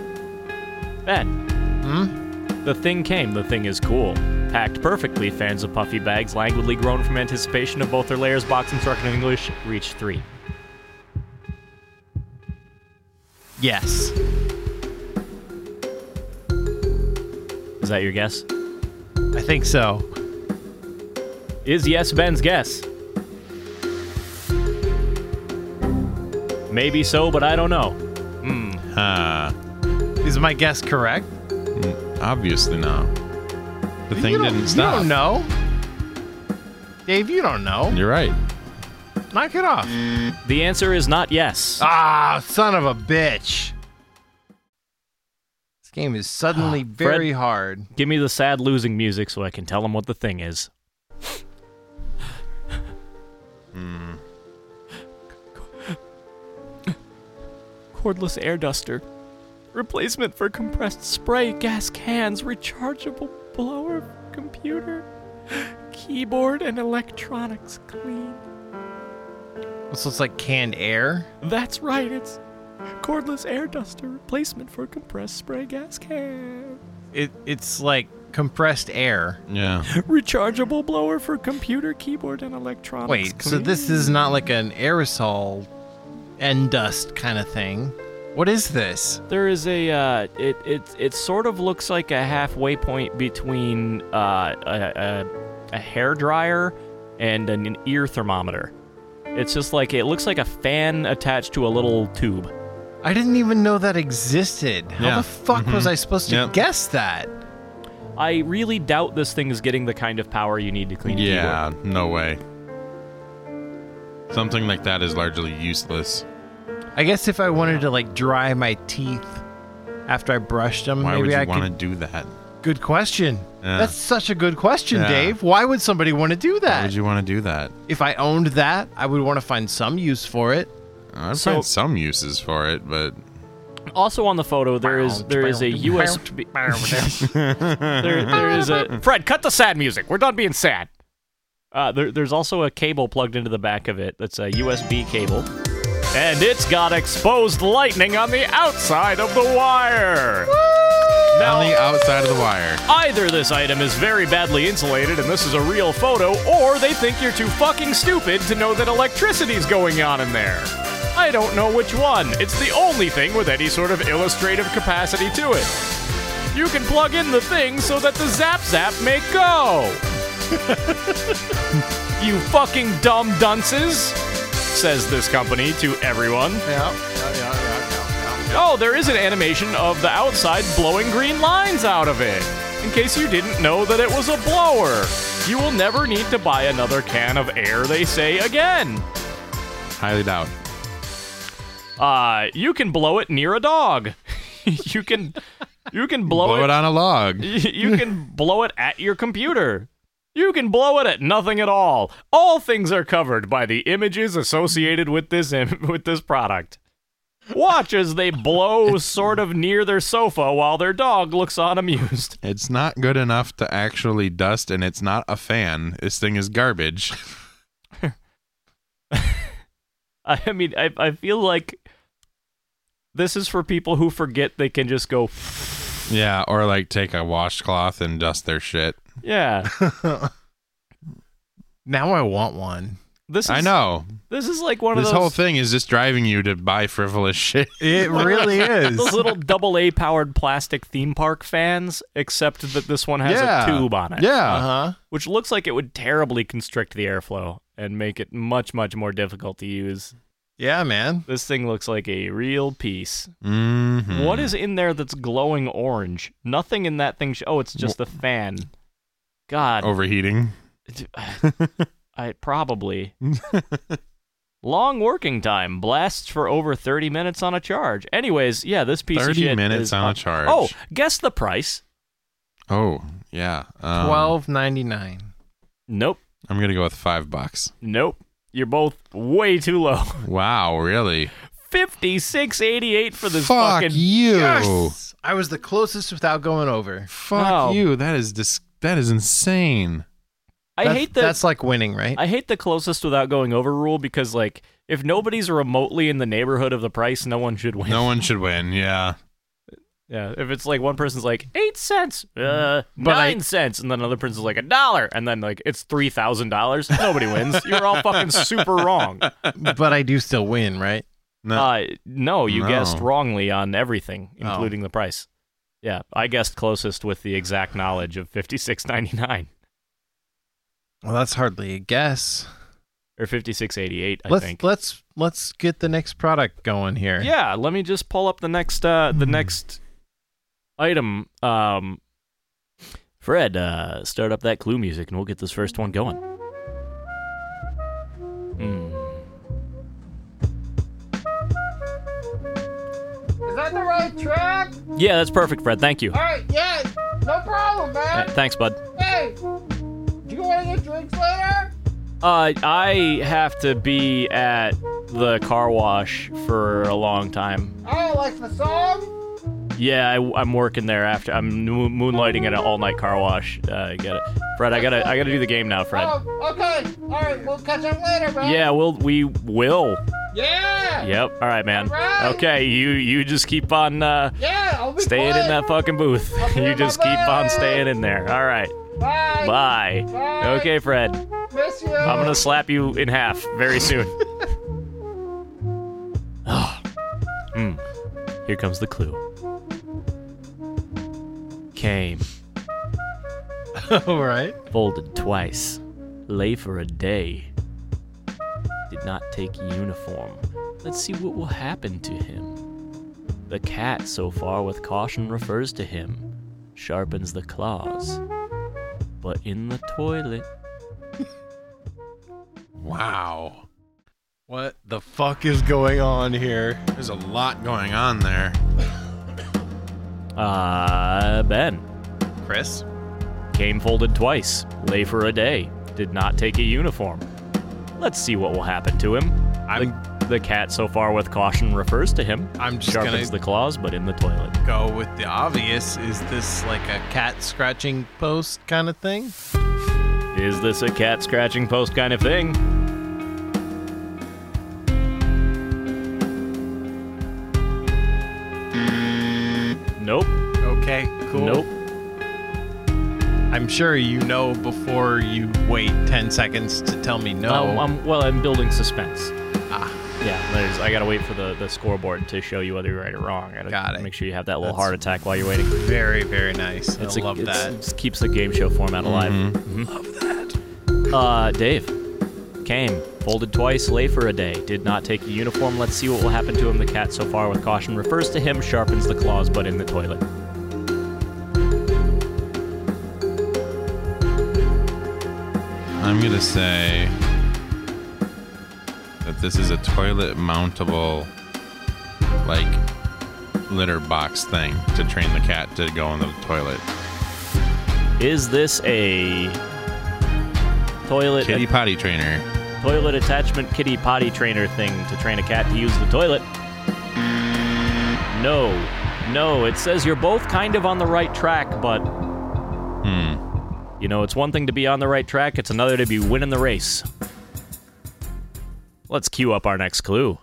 Speaker 1: Ben.
Speaker 2: Hmm?
Speaker 1: The thing came, the thing is cool. Packed perfectly, fans of puffy bags languidly groan from anticipation of both their layers. Box instruction in English reached three.
Speaker 2: Yes.
Speaker 1: Is that your guess?
Speaker 2: I think so.
Speaker 1: Is yes Ben's guess? Maybe so, but I don't know.
Speaker 3: Uh,
Speaker 2: Is my guess correct?
Speaker 3: obviously no. The thing
Speaker 2: you don't-
Speaker 3: didn't stop.
Speaker 2: You don't know. Dave, you don't know.
Speaker 3: You're right.
Speaker 2: Knock it off.
Speaker 3: Mm.
Speaker 1: The answer is not yes.
Speaker 2: Ah, son of a bitch. This game is suddenly
Speaker 3: Ah,
Speaker 2: very hard.
Speaker 1: Give me the sad losing music so I can tell him what the thing is. Hmm. Cordless air duster. Replacement for compressed spray gas cans, rechargeable blower computer, keyboard and electronics clean.
Speaker 2: This looks like canned air.
Speaker 1: That's right, it's cordless air duster replacement for compressed spray gas can.
Speaker 2: It it's like compressed air.
Speaker 3: Yeah.
Speaker 1: Rechargeable blower for computer, keyboard, and electronics.
Speaker 2: Wait, so this is not like an aerosol and dust kind of thing. What is this?
Speaker 1: There is a. Uh, it, it, it sort of looks like a halfway point between uh, a, a, a hair dryer and an, an ear thermometer. It's just like. It looks like a fan attached to a little tube.
Speaker 2: I didn't even know that existed. How
Speaker 3: Yeah. Mm-hmm.
Speaker 2: the fuck was I supposed to
Speaker 3: Yep.
Speaker 2: guess that?
Speaker 1: I really doubt this thing is getting the kind of power you need to clean a keyboard.
Speaker 3: Yeah. No way. Something like that is largely useless.
Speaker 2: I guess if I wanted to like dry my teeth after I brushed them,
Speaker 3: Why
Speaker 2: maybe
Speaker 3: would you
Speaker 2: I
Speaker 3: want
Speaker 2: could.
Speaker 3: to do that?
Speaker 2: Good question.
Speaker 3: Yeah.
Speaker 2: That's such a good question,
Speaker 3: Yeah.
Speaker 2: Dave. Why would somebody want to do
Speaker 3: Why
Speaker 2: that?
Speaker 3: would you want to do that?
Speaker 2: if I owned that, I would want to find some use for it.
Speaker 3: I've
Speaker 1: So-
Speaker 3: found some uses for it, but
Speaker 1: Also on the photo, there is there is a USB. there, there is a Fred. Cut the sad music. We're done being sad. Uh, there, there's also a cable plugged into the back of it. That's a USB cable, and it's got exposed lightning on the outside of the wire. Now,
Speaker 3: on the outside of the wire.
Speaker 1: either this item is very badly insulated and this is a real photo, or they think you're too fucking stupid to know that electricity's going on in there. I don't know which one. It's the only thing with any sort of illustrative capacity to it. You can plug in the thing so that the zap zap may go. you fucking dumb dunces, says this company to everyone. Oh, there is an animation of the outside blowing green lines out of it. In case you didn't know that it was a blower. You will never need to buy another can of air, they say again.
Speaker 3: Highly doubt.
Speaker 1: Uh, you can blow it near a dog. you can you can blow,
Speaker 3: Blow
Speaker 1: it,
Speaker 3: it on a log.
Speaker 1: you can blow it at your computer. You can blow it at nothing at all. All things are covered by the images associated with this Im- with this product. Watch as they blow sort of near their sofa while their dog looks on amused.
Speaker 3: It's not good enough to actually dust, and it's not a fan. This thing is garbage.
Speaker 1: I mean, I I feel like this is for people who forget they can just go.
Speaker 3: yeah, or like take a washcloth and dust their shit.
Speaker 1: Yeah,
Speaker 2: Now I want one.
Speaker 1: this is,
Speaker 3: I know.
Speaker 1: This is like one
Speaker 3: This
Speaker 1: of those
Speaker 3: whole thing is just driving you to buy frivolous shit.
Speaker 2: It really is.
Speaker 1: those little double A powered plastic theme park fans, except that this one has
Speaker 3: Yeah.
Speaker 1: a tube on it,
Speaker 3: Yeah.
Speaker 2: Uh huh.
Speaker 1: which looks like it would terribly constrict the airflow and make it much much more difficult to use.
Speaker 2: Yeah, man.
Speaker 1: This thing looks like a real piece.
Speaker 3: Mhm.
Speaker 1: What is in there that's glowing orange? Nothing in that thing. Sh- oh, it's just a fan. God,
Speaker 3: Oh. overheating?
Speaker 1: I probably. Long working time blasts for over 30 minutes on a charge. Anyways, yeah, this piece of
Speaker 3: 30
Speaker 1: shit
Speaker 3: minutes
Speaker 1: is
Speaker 3: on a
Speaker 1: up-
Speaker 3: charge.
Speaker 1: Oh, guess the price.
Speaker 3: Oh, yeah. Um,
Speaker 2: Twelve ninety nine.
Speaker 1: Nope.
Speaker 3: I'm gonna go with five bucks.
Speaker 1: Nope. You're both way too low.
Speaker 3: Wow, really?
Speaker 1: 56.88 for this
Speaker 3: Fuck
Speaker 1: fucking
Speaker 3: you.
Speaker 2: I was the closest without going over.
Speaker 3: Fuck
Speaker 1: No.
Speaker 3: you. That is dis- that is insane.
Speaker 1: I
Speaker 2: That's-
Speaker 1: hate the
Speaker 2: That's like winning, right?
Speaker 1: I hate the closest without going over rule because like if nobody's remotely in the neighborhood of the price, no one should win.
Speaker 3: No one should win. Yeah.
Speaker 1: Yeah, if it's like one person's like eight cents, uh,
Speaker 2: But I-
Speaker 1: nine cents, and then another person's like a dollar, and then like it's three thousand dollars. Nobody wins. You're all fucking super wrong.
Speaker 2: but I do still win, right?
Speaker 3: No.
Speaker 1: Uh, no, you
Speaker 3: No.
Speaker 1: guessed wrongly on everything,
Speaker 2: Oh.
Speaker 1: including the price. Yeah, I guessed closest with the exact knowledge of fifty six ninety nine
Speaker 2: Well, that's hardly a guess.
Speaker 1: or fifty six eighty eight. I
Speaker 2: let's
Speaker 1: think.
Speaker 2: let's let's get the next product going here.
Speaker 1: Yeah, let me just pull up the next uh the next item. Um Fred, uh start up that clue music and we'll get this first one going. Hmm.
Speaker 4: Is that the right track?
Speaker 1: Yeah, that's perfect, Fred. Thank you.
Speaker 4: All right, yeah, no problem,
Speaker 1: Uh,
Speaker 4: man.
Speaker 1: Thanks, bud.
Speaker 4: Hey, do you want to get drinks later?
Speaker 1: Uh I have to be at the car wash for a long time.
Speaker 4: I don't like the song.
Speaker 1: Yeah, I, am working there after. I'm mo- moonlighting at an all-night car wash. Uh, I got it, Fred. I gotta, I gotta do the game now, Fred.
Speaker 4: Oh, okay. All right, we'll catch up later, man.
Speaker 1: Yeah, we'll, we will
Speaker 4: Yeah.
Speaker 1: Yep. All right, man.
Speaker 4: All right.
Speaker 1: Okay, you you just keep on uh,
Speaker 4: Yeah, I'll be
Speaker 1: staying in
Speaker 4: quiet.
Speaker 1: that fucking booth.
Speaker 4: I'll be
Speaker 1: you
Speaker 4: in
Speaker 1: just
Speaker 4: my
Speaker 1: keep on
Speaker 4: bed.
Speaker 1: staying in there. All right.
Speaker 4: Bye.
Speaker 1: Bye.
Speaker 4: Bye.
Speaker 1: Okay, Fred.
Speaker 4: Miss you.
Speaker 1: I'm gonna slap you in half very soon. Ah. Hmm. Here comes the clue. Came,
Speaker 2: All right.
Speaker 1: folded twice, lay for a day. Did not take uniform. Let's see what will happen to him. The cat, so far with caution, refers to him, sharpens the claws. But in the toilet,
Speaker 3: wow.
Speaker 2: What the fuck is going on here?
Speaker 3: There's a lot going on there.
Speaker 1: uh, Ben
Speaker 2: Chris?
Speaker 1: came folded twice, lay for a day, did not take a uniform. Let's see what will happen to him.
Speaker 2: I'm
Speaker 1: The, the cat, so far with caution, refers to him,
Speaker 2: I'm just
Speaker 1: sharpens
Speaker 2: gonna
Speaker 1: the claws, but in the toilet.
Speaker 2: go with the obvious. Is this like a cat scratching post kind of thing?
Speaker 1: Is this a cat scratching post kind of thing? Nope.
Speaker 2: Okay, cool.
Speaker 1: Nope. Um,
Speaker 2: I'm sure you know before you wait 10 seconds to tell me no.
Speaker 1: Um, I'm, well, I'm building suspense.
Speaker 2: Ah.
Speaker 1: Yeah, there's, I gotta wait for the, the scoreboard to show you whether you're right or wrong. I gotta
Speaker 2: Got it.
Speaker 1: Make sure you have that little
Speaker 2: That's-
Speaker 1: heart attack while you're waiting.
Speaker 2: very, very nice. I love
Speaker 1: it's-
Speaker 2: that. Mm-hmm.
Speaker 1: it's- keeps the game show format alive. Love that. Uh, Dave came, folded twice, lay for a day. Did not take a uniform. Let's see what will happen to him. The cat, so far with caution, refers to him, sharpens the claws, but in the toilet.
Speaker 3: I'm gonna say that this is a toilet mountable, like litter box thing to train the cat to go in the toilet.
Speaker 1: Is this a toilet
Speaker 3: Kitty potty trainer.
Speaker 1: toilet attachment kitty potty trainer thing to train a cat to use the toilet. No. No, it says you're both kind of on the right track, but
Speaker 3: Hmm.
Speaker 1: you know, it's one thing to be on the right track, it's another to be winning the race. Let's queue up our next clue.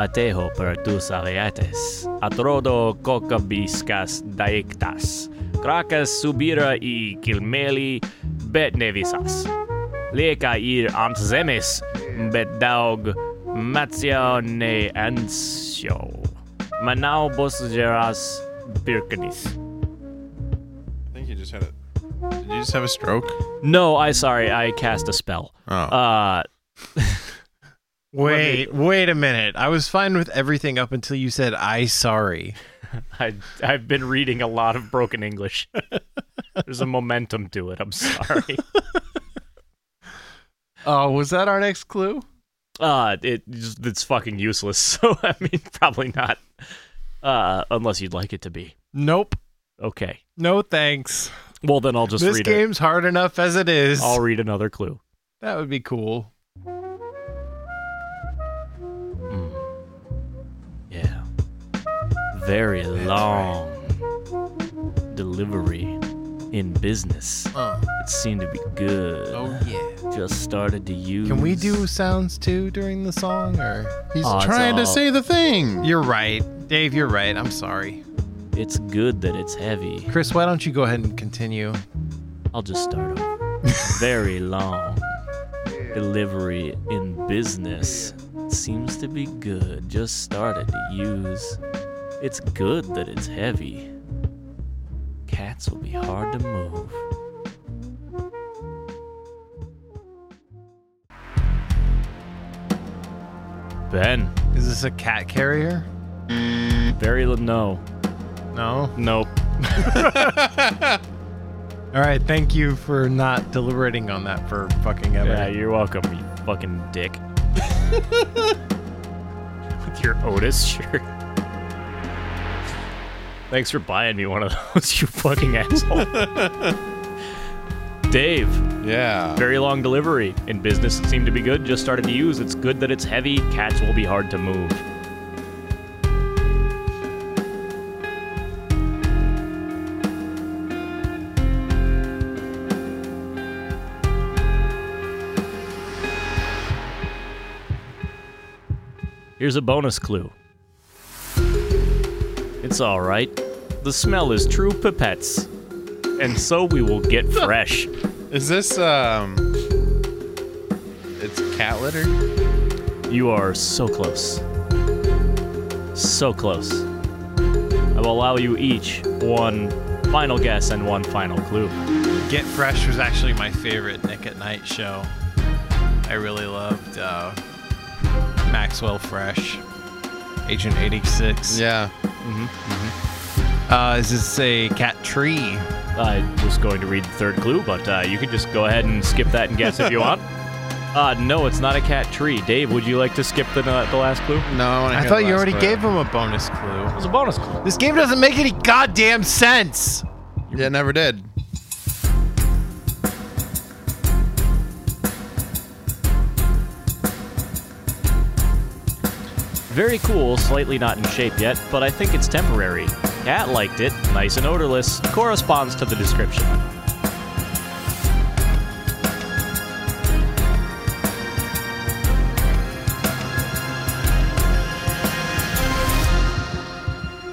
Speaker 1: Atejo per tus aliates, atrodo cocabiscas daictas, cracas subira i kilmeli bet nevisas. Leka ir ant zemes, bet daug matio ne ansio. Manau bos geras birkenis.
Speaker 3: I think you just had a. Did you just have a stroke?
Speaker 1: No, I sorry, I cast a spell.
Speaker 3: Oh.
Speaker 1: Uh,
Speaker 2: Wait, wait a minute. I was fine with everything up until you said I sorry.
Speaker 1: I, I've been reading a lot of broken English. There's a momentum to it. I'm sorry.
Speaker 2: Oh, was that our next clue?
Speaker 1: Uh, it just- it's fucking useless. So I mean, probably not. Uh, unless you'd like it to be.
Speaker 2: Nope.
Speaker 1: Okay.
Speaker 2: No thanks.
Speaker 1: Well, then I'll just
Speaker 2: this
Speaker 1: read
Speaker 2: game's hard enough as it is.
Speaker 1: it. I'll read another clue.
Speaker 2: that would be cool.
Speaker 1: Yeah. Very long delivery in business. It seemed to be good.
Speaker 2: Oh, yeah.
Speaker 1: Just started to use.
Speaker 2: Can we do sounds too during the song or
Speaker 3: He's
Speaker 1: Aw, it's
Speaker 3: trying
Speaker 1: all-
Speaker 3: to say the thing.
Speaker 2: You're right. Dave, you're right. I'm sorry.
Speaker 1: It's good that it's heavy.
Speaker 2: Chris, why don't you go ahead and continue?
Speaker 1: I'll just start over. Very long delivery in business seems to be good. Just started to use. It's good that it's heavy. Cats will be hard to move. Ben,
Speaker 2: Is this a cat carrier?
Speaker 1: very li- no,
Speaker 2: No.
Speaker 1: nope.
Speaker 2: All right, thank you for not deliberating on that for fucking ever.
Speaker 1: Yeah, you're welcome, you fucking dick. With your Otis shirt. Thanks for buying me one of those, you fucking asshole. Dave,
Speaker 3: Yeah.
Speaker 1: very long delivery. In business, it seemed to be good. Just started to use. It's good that it's heavy. Cats will be hard to move. Here's a bonus clue. It's all right. The smell is true pipettes. And so we will get fresh.
Speaker 3: Is this um? It's cat litter.
Speaker 1: You are so close. So close. I will allow you each one final guess and one final clue.
Speaker 2: Get Fresh was actually my favorite Nick at Night show. I really loved uh, Maxwell Fresh, Agent 86.
Speaker 3: Yeah.
Speaker 2: Uh, is this a cat tree?
Speaker 1: I was going to read the third clue, but uh, you could just go ahead and skip that and guess if you want. Uh, no, it's not a cat tree. Dave, would you like to skip the, uh, the last clue? It
Speaker 3: No, I, wanna
Speaker 2: I
Speaker 3: hear
Speaker 2: thought
Speaker 3: the
Speaker 2: you
Speaker 3: last
Speaker 2: already
Speaker 3: part.
Speaker 2: gave him a bonus clue.
Speaker 1: was a bonus clue.
Speaker 2: This game doesn't make any goddamn sense.
Speaker 3: Yeah, never did.
Speaker 1: Very cool, slightly not in shape yet, but I think it's temporary. Cat liked it, nice and odorless, corresponds to the description.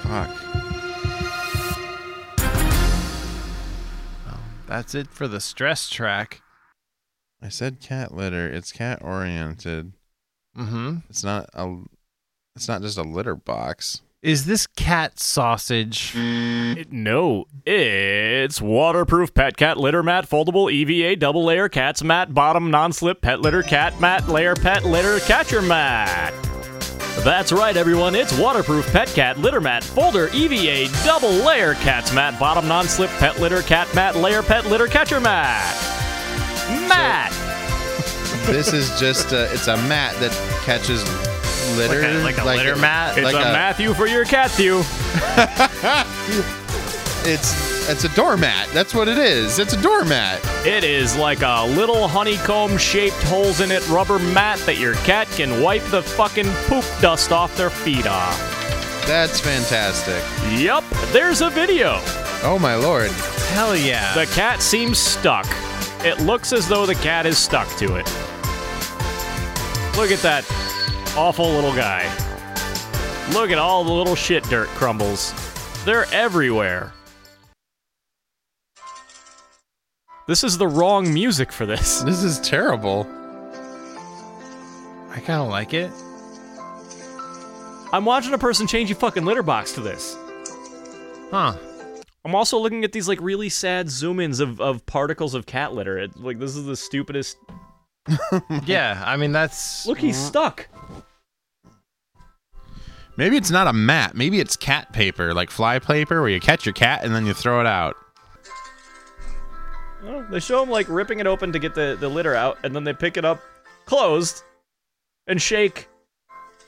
Speaker 3: Fuck.
Speaker 2: That's it for the stress track.
Speaker 3: I said cat litter. It's cat oriented.
Speaker 2: Mm-hmm.
Speaker 3: It's not a. It's not just a litter box.
Speaker 2: Is this cat sausage?
Speaker 1: It- no, it's waterproof pet cat litter mat, foldable EVA double layer cat's mat, bottom non slip pet litter cat mat, layer pet litter catcher mat. That's right, everyone. It's waterproof pet cat litter mat, folder E EVA double layer cat's mat, bottom non slip pet litter cat mat, layer pet litter catcher mat. Matt.
Speaker 5: this is just a, it's a mat that catches litter,
Speaker 2: Like a, like a litter mat.
Speaker 1: It's
Speaker 5: Like
Speaker 1: a,
Speaker 5: a-
Speaker 1: Matthew for your Catthew.
Speaker 5: It's it's a doormat. That's what it is. It's a doormat.
Speaker 1: It is like a little honeycomb shaped holes in it rubber mat that your cat can wipe the fucking poop dust off their feet off.
Speaker 5: That's fantastic.
Speaker 1: Yup, there's a video.
Speaker 5: Oh my lord.
Speaker 2: Hell yeah.
Speaker 1: The cat seems stuck. It looks as though the cat is stuck to it. Look at that awful little guy. Look at all the little shit dirt crumbles. They're everywhere. This is the wrong music for this.
Speaker 3: This is terrible.
Speaker 2: I kind of like it.
Speaker 1: I'm watching a person change a fucking litter box to this.
Speaker 2: Huh.
Speaker 1: I'm also looking at these like really sad zoom-ins of, of particles of cat litter. It, like this is the stupidest.
Speaker 2: Yeah. I mean, that's.
Speaker 1: Look, he's stuck.
Speaker 3: Maybe it's not a mat. Maybe it's cat paper, like fly paper, where you catch your cat and then you throw it out.
Speaker 1: Oh, they show him like ripping it open to get the, the litter out, and then they pick it up closed and shake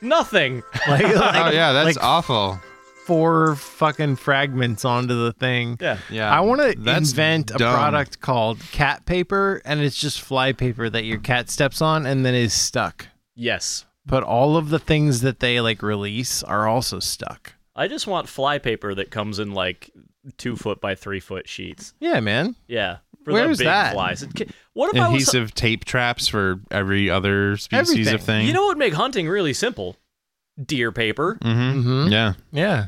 Speaker 1: nothing.
Speaker 2: like, uh,
Speaker 3: Oh
Speaker 2: like
Speaker 3: yeah, that's
Speaker 2: like-
Speaker 3: awful.
Speaker 2: four fucking fragments onto the thing.
Speaker 1: Yeah.
Speaker 3: Yeah,
Speaker 2: I want to
Speaker 3: that's
Speaker 2: invent a
Speaker 3: dumb.
Speaker 2: product called cat paper, and it's just fly paper that your cat steps on and then is stuck.
Speaker 1: Yes.
Speaker 2: But all of the things that they like release are also stuck.
Speaker 1: I just want fly paper that comes in like two foot by three foot sheets.
Speaker 2: Yeah, man.
Speaker 1: Yeah. For
Speaker 2: Where's
Speaker 1: the big
Speaker 2: that?
Speaker 1: flies. It ca- What if I was
Speaker 3: Adhesive tape traps for every other species
Speaker 2: Everything.
Speaker 3: of thing.
Speaker 1: You know what would make hunting really simple? Deer paper.
Speaker 3: Mm-hmm.
Speaker 2: Mhm.
Speaker 3: Yeah.
Speaker 2: Yeah.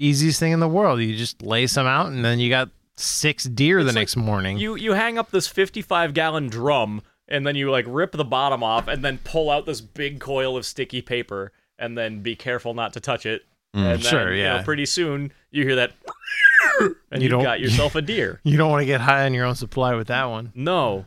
Speaker 2: Easiest thing in the world. You just lay some out, and then you got six deer the
Speaker 1: It's
Speaker 2: next morning.
Speaker 1: You you hang up this 55 gallon drum and then you like rip the bottom off and then pull out this big coil of sticky paper and then be careful not to touch it.
Speaker 3: Mm.
Speaker 1: and then,
Speaker 2: Sure,
Speaker 1: you know,
Speaker 2: yeah.
Speaker 1: pretty soon you hear that and
Speaker 2: You
Speaker 1: you have
Speaker 2: don't-
Speaker 1: got yourself a deer.
Speaker 2: you don't want to get high on your own supply with that one.
Speaker 1: No.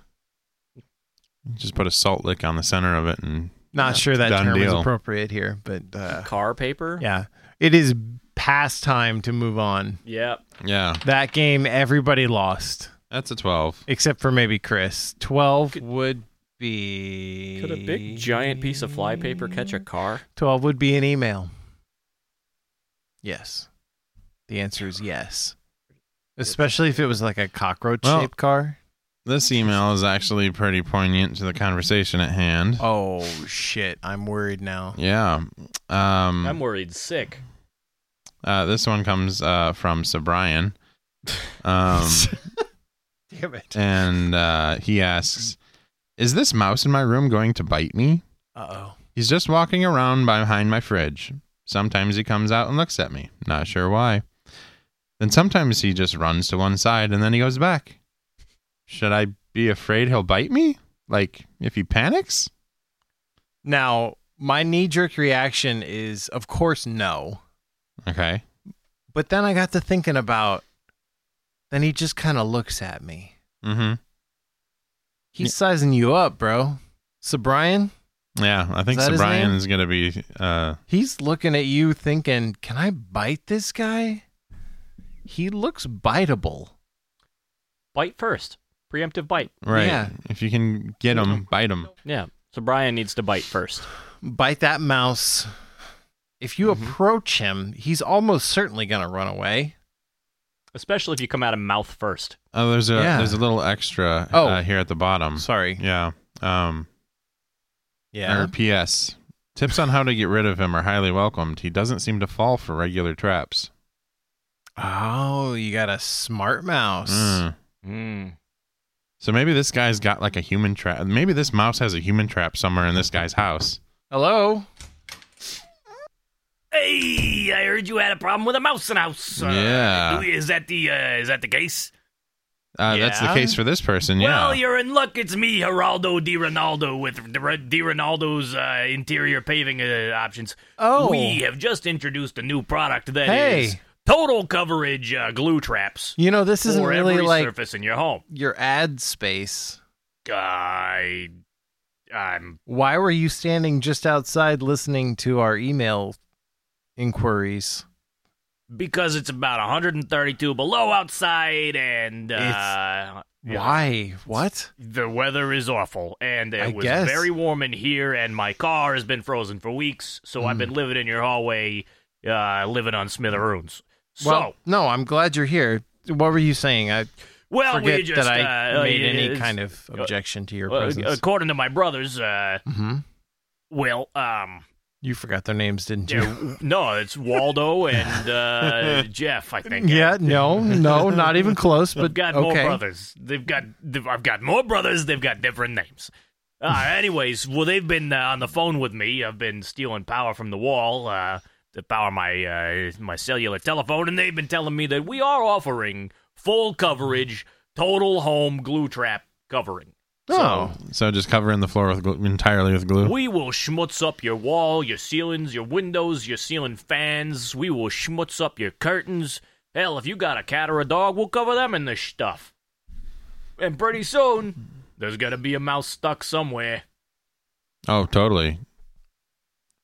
Speaker 3: Just put a salt lick on the center of it and
Speaker 2: Not sure that
Speaker 3: done
Speaker 2: term is
Speaker 3: deal.
Speaker 2: appropriate here, but uh,
Speaker 1: Car paper?
Speaker 2: yeah, it is past time to move on.
Speaker 1: Yeah.
Speaker 3: yeah,
Speaker 2: That game, everybody lost
Speaker 3: that's a twelve.
Speaker 2: except for maybe Chris. Twelve would be.
Speaker 1: Could a big giant piece of fly paper catch a car?
Speaker 2: Twelve would be an email. Yes, the answer is yes. Especially if it was like a cockroach shaped
Speaker 3: Well-
Speaker 2: car.
Speaker 3: This email is actually pretty poignant to the conversation at hand.
Speaker 2: Oh shit! I'm worried now.
Speaker 3: Yeah.
Speaker 2: Mm.
Speaker 3: Um,
Speaker 1: I'm worried sick.
Speaker 3: Uh, this one comes uh, from Sobrian. Um,
Speaker 2: Damn it.
Speaker 3: and uh, he asks, Is this mouse in my room going to bite me?
Speaker 2: Uh oh.
Speaker 3: He's just walking around behind my fridge. Sometimes he comes out and looks at me, not sure why. Then sometimes he just runs to one side and then he goes back. Should I be afraid he'll bite me? Like, if he panics?
Speaker 2: Now my knee jerk reaction is, of course, no.
Speaker 3: Okay.
Speaker 2: But then I got to thinking about. Then he just kind of looks at me.
Speaker 3: Mm
Speaker 2: He's sizing you up, bro. So Brian,
Speaker 3: hmm. Yeah, I think
Speaker 2: that his name?
Speaker 3: Sobrian is going to be. Uh,
Speaker 2: he's looking at you thinking, "Can I bite this guy?" He looks biteable.
Speaker 1: Bite first. Preemptive bite.
Speaker 3: right.
Speaker 2: Yeah.
Speaker 3: If you can get him, bite him.
Speaker 1: Yeah. So Brian needs to bite first.
Speaker 2: Bite that mouse. If
Speaker 6: Mm-hmm.
Speaker 2: you approach him, he's almost certainly going to run away.
Speaker 1: Especially if you come out of mouth first.
Speaker 3: Oh, there's a
Speaker 2: Yeah.
Speaker 3: there's a little extra
Speaker 2: Oh.
Speaker 3: uh, here at the
Speaker 6: Mm.
Speaker 3: bottom.
Speaker 2: Sorry. Er,
Speaker 3: Yeah. Um. Or
Speaker 2: Yeah.
Speaker 3: P.S. Tips on how to get rid of him are highly welcomed. He doesn't seem to fall for regular traps.
Speaker 2: Oh, you got a smart mouse.
Speaker 3: Mm.
Speaker 1: Mm.
Speaker 3: So maybe this guy's got like a human trap. Maybe this mouse has a human trap somewhere in this guy's house.
Speaker 2: Hello.
Speaker 6: Hey, I heard you had a problem with a mouse in house. uh,
Speaker 3: Yeah.
Speaker 6: Is that the uh, is that the case?
Speaker 3: Uh, That's the
Speaker 2: Yeah?
Speaker 3: case for this person. Yeah.
Speaker 6: Well, you're in luck. It's me, Geraldo Di Ronaldo, with Di Ronaldo's uh, interior paving uh, options.
Speaker 2: Oh.
Speaker 6: We have just introduced a new product that is
Speaker 2: Hey.
Speaker 6: total coverage uh, glue traps
Speaker 2: You know this isn't
Speaker 6: for
Speaker 2: really
Speaker 6: every
Speaker 2: like
Speaker 6: surface in your home.
Speaker 2: your ad space.
Speaker 6: I, I'm
Speaker 2: Why were you standing just outside listening to our email inquiries?
Speaker 1: because it's about 132 below outside and uh,
Speaker 2: Why? What?
Speaker 1: the weather is awful and it
Speaker 2: I
Speaker 1: was
Speaker 2: guess.
Speaker 1: very warm in here and my car has been frozen for weeks so i've
Speaker 2: Mm.
Speaker 1: been living in your hallway uh, living on smithereens so
Speaker 2: Well,
Speaker 1: well,
Speaker 2: no, I'm glad you're here. What were you saying? I
Speaker 1: Oh, we
Speaker 2: forget
Speaker 1: just
Speaker 2: that I
Speaker 1: uh,
Speaker 2: made
Speaker 1: uh,
Speaker 2: any
Speaker 1: it's-
Speaker 2: kind of objection to your
Speaker 1: uh,
Speaker 2: presence.
Speaker 1: according to my brothers uh,
Speaker 2: hmm
Speaker 1: well um
Speaker 2: You forgot their names, didn't you?
Speaker 1: yeah, no it's waldo and uh, jeff i think
Speaker 2: Yeah, no, no, not even close. But
Speaker 1: They've got more
Speaker 2: okay,
Speaker 1: brothers. They've got. They've, I've got more brothers. They've got different names. Uh, anyways, well, they've been uh, on the phone with me. I've been stealing power from the wall uh, to power my uh, my cellular telephone, and they've been telling me that we are offering full coverage, total home glue trap covering.
Speaker 2: oh,
Speaker 3: So just covering the floor with glue, entirely with glue.
Speaker 1: We will schmutz up your wall, your ceilings, your windows, your ceiling fans. We will schmutz up your curtains. Hell, if you got a cat or a dog, we'll cover them in this stuff. And pretty soon, there's gonna be a mouse stuck somewhere.
Speaker 3: oh, totally.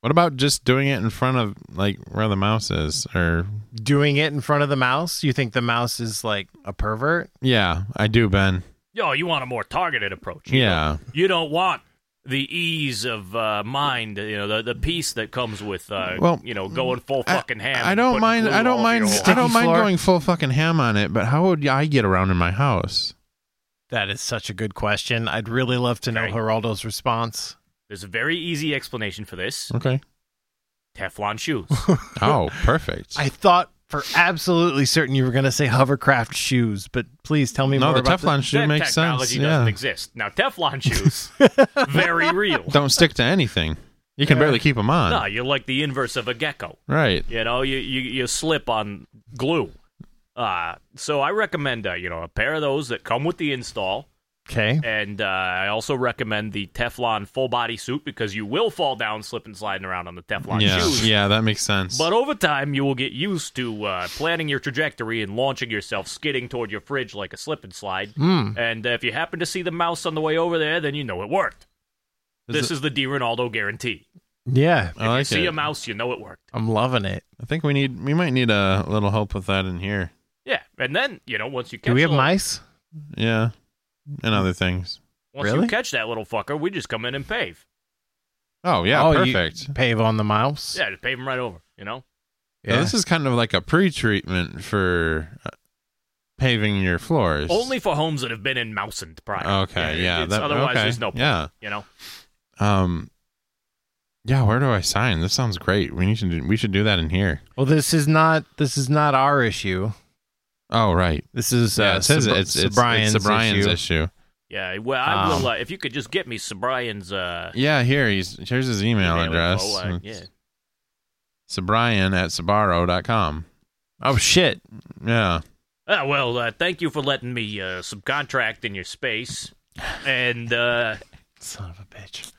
Speaker 3: What about just doing it in front of like where the mouse is, or
Speaker 2: doing it in front of the mouse. You think the mouse is like a pervert?
Speaker 3: yeah, I do, Ben.
Speaker 1: Yo, you want a more targeted approach. you know?
Speaker 3: Yeah,
Speaker 1: You don't want the ease of uh, mind, you know, the, the peace that comes with, uh,
Speaker 3: Well, mm,
Speaker 1: you know, going full
Speaker 3: I-
Speaker 1: fucking ham.
Speaker 3: I
Speaker 1: and
Speaker 3: don't
Speaker 1: putting
Speaker 3: mind.
Speaker 1: glue
Speaker 3: I
Speaker 1: all
Speaker 3: don't
Speaker 1: over
Speaker 3: mind.
Speaker 1: your wall.
Speaker 3: I don't
Speaker 2: Sticky
Speaker 3: mind
Speaker 2: floor.
Speaker 3: going full fucking ham on it. But how would I get around in my house?
Speaker 2: That is such a good question. I'd really love to know
Speaker 1: Okay.
Speaker 2: Geraldo's response.
Speaker 1: There's a very easy explanation for this:
Speaker 3: Okay.
Speaker 1: Teflon shoes.
Speaker 3: Oh, perfect.
Speaker 2: I thought for absolutely certain you were going to say hovercraft shoes, but please tell me
Speaker 3: no,
Speaker 2: more
Speaker 3: the
Speaker 2: about
Speaker 3: Teflon shoe
Speaker 1: that
Speaker 3: makes sense.
Speaker 1: technology doesn't
Speaker 3: Yeah.
Speaker 1: exist. Now Teflon shoes, very real.
Speaker 3: don't stick to anything. You can barely keep them on.
Speaker 1: No, you're like the inverse of a gecko.
Speaker 3: Right.
Speaker 1: You know, you you, you slip on glue. Uh, so I recommend uh, you know a pair of those that come with the install,
Speaker 2: Okay.
Speaker 1: and uh, I also recommend the Teflon full body suit because you will fall down, slipping, sliding around on the Teflon
Speaker 3: Yeah.
Speaker 1: shoes.
Speaker 3: Yeah, that makes sense.
Speaker 1: But over time, you will get used to uh, planning your trajectory and launching yourself, skidding toward your fridge like a slip and slide.
Speaker 2: Hmm,
Speaker 1: And uh, if you happen to see the mouse on the way over there, then you know it worked.
Speaker 3: Is
Speaker 1: this
Speaker 3: it-
Speaker 1: is the Di Ronaldo guarantee.
Speaker 2: Yeah.
Speaker 3: I
Speaker 1: If you
Speaker 3: like
Speaker 1: see
Speaker 3: it.
Speaker 1: a mouse, you know it worked.
Speaker 2: I'm loving it.
Speaker 3: I think we need. We might need a little help with that in here.
Speaker 1: Yeah, and then you know once you catch
Speaker 2: Do we have
Speaker 1: the-
Speaker 2: mice?
Speaker 3: Yeah. And other things.
Speaker 1: once
Speaker 2: Really?
Speaker 1: you catch that little fucker, we just come in and pave.
Speaker 3: Oh yeah,
Speaker 2: Oh, you
Speaker 3: perfect.
Speaker 2: Pave on the mouse.
Speaker 1: Yeah, just pave him right over. You know,
Speaker 3: So this is kind of like a pre-treatment for uh, paving your floors.
Speaker 1: only for homes that have been in mousing prior.
Speaker 3: Okay.
Speaker 1: It-
Speaker 3: Yeah.
Speaker 1: it's-
Speaker 3: that-
Speaker 1: otherwise,
Speaker 3: okay,
Speaker 1: there's no point.
Speaker 3: Yeah.
Speaker 1: You know,
Speaker 3: Um. Yeah. Where do I sign? This sounds great. We need to. Do, we should do that in here.
Speaker 2: Well, this is not this is not our issue.
Speaker 3: Oh right.
Speaker 2: This is
Speaker 3: yeah.
Speaker 2: uh,
Speaker 3: It says
Speaker 2: Sub-
Speaker 3: it's it's
Speaker 2: Sobrian's
Speaker 3: it's Sobrian's
Speaker 2: issue.
Speaker 3: issue.
Speaker 1: yeah. Well, I will.
Speaker 2: Um,
Speaker 1: Uh, if you could just get me Sobrian's uh,
Speaker 3: Yeah. Here he's here's his email,
Speaker 1: email
Speaker 3: address.
Speaker 1: info, uh, yeah.
Speaker 3: Sobrian at Sabaro.com.
Speaker 2: Oh shit!
Speaker 3: Yeah.
Speaker 1: Ah, well, uh, thank you for letting me uh, subcontract in your space, and uh,
Speaker 2: Son of a bitch.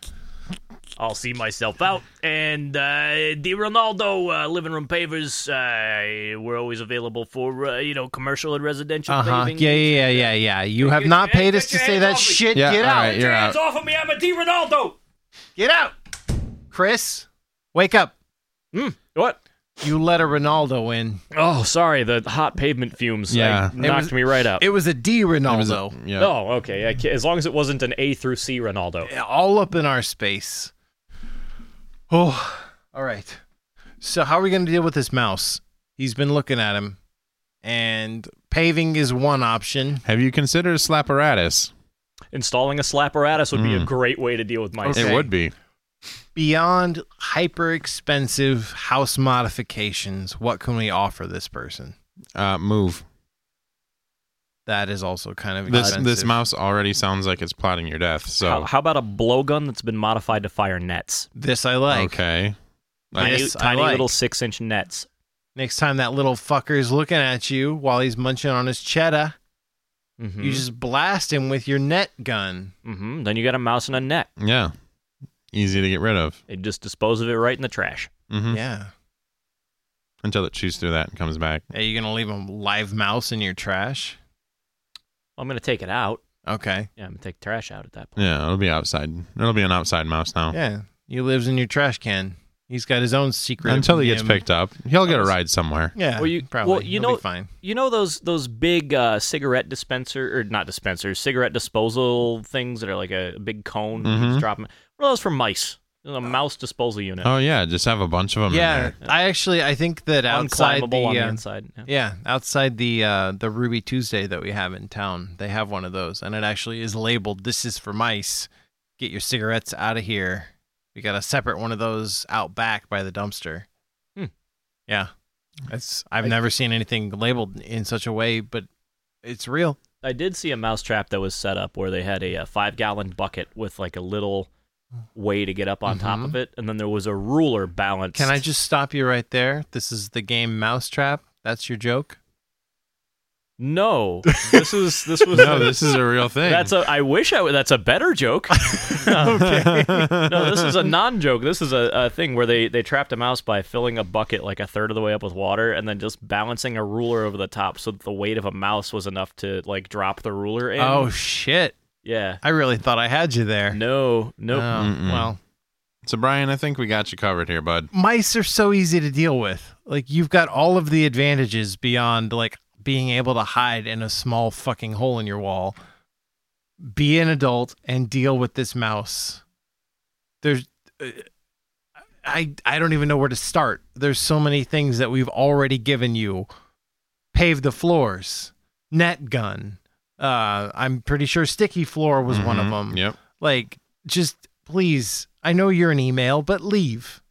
Speaker 1: I'll see myself out. And uh, the Ronaldo uh, living room pavers, uh, we're always available for uh, you know commercial and residential
Speaker 2: Uh huh.
Speaker 1: paving.
Speaker 2: Yeah, yeah, yeah, yeah, yeah. You have
Speaker 1: your-
Speaker 2: not paid
Speaker 1: get
Speaker 2: us to
Speaker 1: your
Speaker 2: say
Speaker 1: hands
Speaker 2: that
Speaker 1: off me.
Speaker 2: shit.
Speaker 3: Yeah.
Speaker 2: Get
Speaker 3: all
Speaker 2: out.
Speaker 3: right, you're out.
Speaker 1: Hands off of me! I'm a Di Ronaldo.
Speaker 2: Get out. Chris, wake up.
Speaker 7: What?
Speaker 2: You let a Ronaldo in.
Speaker 7: Oh, sorry. The hot pavement fumes
Speaker 3: Yeah.
Speaker 7: like, knocked
Speaker 2: was-
Speaker 7: me right out.
Speaker 2: It was a D
Speaker 3: It was a-
Speaker 2: Ronaldo.
Speaker 3: yeah.
Speaker 7: oh, okay. I ca- as long as it wasn't an A through C Ronaldo.
Speaker 2: all up in our space. Oh, all right. So how are we going to deal with this mouse? He's been looking at him, and paving is one option.
Speaker 3: Have you considered slapparatus?
Speaker 7: Installing a slapparatus would be a
Speaker 3: Mm.
Speaker 7: great way to deal with mice.
Speaker 2: Okay.
Speaker 3: It would be.
Speaker 2: Beyond hyper expensive house modifications, what can we offer this person?
Speaker 3: Uh, move.
Speaker 2: That is also kind of
Speaker 3: this
Speaker 2: expensive.
Speaker 3: this mouse already sounds like it's plotting your death. So
Speaker 7: How, how about a blowgun that's been modified to fire nets?
Speaker 2: This I like.
Speaker 3: okay,
Speaker 7: Tiny,
Speaker 2: This I
Speaker 7: tiny
Speaker 2: like.
Speaker 7: little six inch nets.
Speaker 2: Next time that little fucker's looking at you while he's munching on his cheddar,
Speaker 7: Mm-hmm.
Speaker 3: Hmm.
Speaker 2: you just blast him with your net gun.
Speaker 7: hmm Then you got a mouse and a net.
Speaker 3: yeah, easy to get rid of
Speaker 7: They just dispose of it right in the trash.
Speaker 3: hmm
Speaker 2: Yeah.
Speaker 3: until it chews through that and comes back.
Speaker 2: Are you gonna leave a live mouse in your trash?
Speaker 7: I'm gonna take it out.
Speaker 2: Okay.
Speaker 7: Yeah, I'm gonna take the trash out at that point.
Speaker 3: Yeah, it'll be outside. It'll be an outside mouse now.
Speaker 2: Yeah. He lives in your trash can. He's got his own secret.
Speaker 3: Until he gets
Speaker 2: him.
Speaker 3: picked up, he'll get a ride somewhere.
Speaker 2: Yeah.
Speaker 1: Well, you-
Speaker 2: probably.
Speaker 1: well, you
Speaker 2: He'll be
Speaker 1: know-
Speaker 2: fine.
Speaker 1: You know those those big uh, cigarette dispenser or not dispensers, cigarette disposal things that are like a big cone. You
Speaker 2: Mm-hmm.
Speaker 1: just drop 'em? What are those for mice? A mouse disposal unit.
Speaker 3: Oh yeah, just have a bunch of them. in
Speaker 2: Yeah,
Speaker 3: there.
Speaker 2: I actually I think that outside the,
Speaker 1: Unclimbable on the
Speaker 2: uh,
Speaker 1: inside. Yeah.
Speaker 2: yeah outside the uh, the Ruby Tuesday that we have in town, they have one of those, and it actually is labeled "This is for mice. Get your cigarettes out of here." We got a separate one of those out back by the dumpster.
Speaker 1: Hmm.
Speaker 2: Yeah, that's I've never seen anything labeled in such a way, but it's real.
Speaker 1: I did see a mouse trap that was set up where they had a, uh five gallon bucket with like a little way to get up on top of it, and then there was a ruler balanced.
Speaker 2: Mm-hmm. Can I just stop you right there? This is the game Mousetrap. That's your joke.
Speaker 1: No, this is this was
Speaker 3: No, this is a real thing.
Speaker 1: that's a. I wish I. w- That's a better joke. no, this is a non joke. This is a, a thing where they, they trapped a mouse by filling a bucket like a third of the way up with water and then just balancing a ruler over the top so that the weight of a mouse was enough to like drop the ruler in.
Speaker 2: oh shit!
Speaker 1: yeah.
Speaker 2: I really thought I had you there.
Speaker 1: No,
Speaker 2: Oh,
Speaker 1: nope.
Speaker 3: Mm-mm.
Speaker 2: well,
Speaker 3: so Brian, I think we got you covered here, bud.
Speaker 2: mice are so easy to deal with. Like you've got all of the advantages beyond like being able to hide in a small fucking hole in your wall. Be an adult and deal with this mouse. There's uh, I I don't even know where to start. There's so many things that we've already given you. Pave the floors, net gun. Uh I'm pretty sure sticky floor was one of
Speaker 3: Mhm.
Speaker 1: Mm-hmm.
Speaker 2: them.
Speaker 3: Yep.
Speaker 2: Like just please, I know you're an email, but leave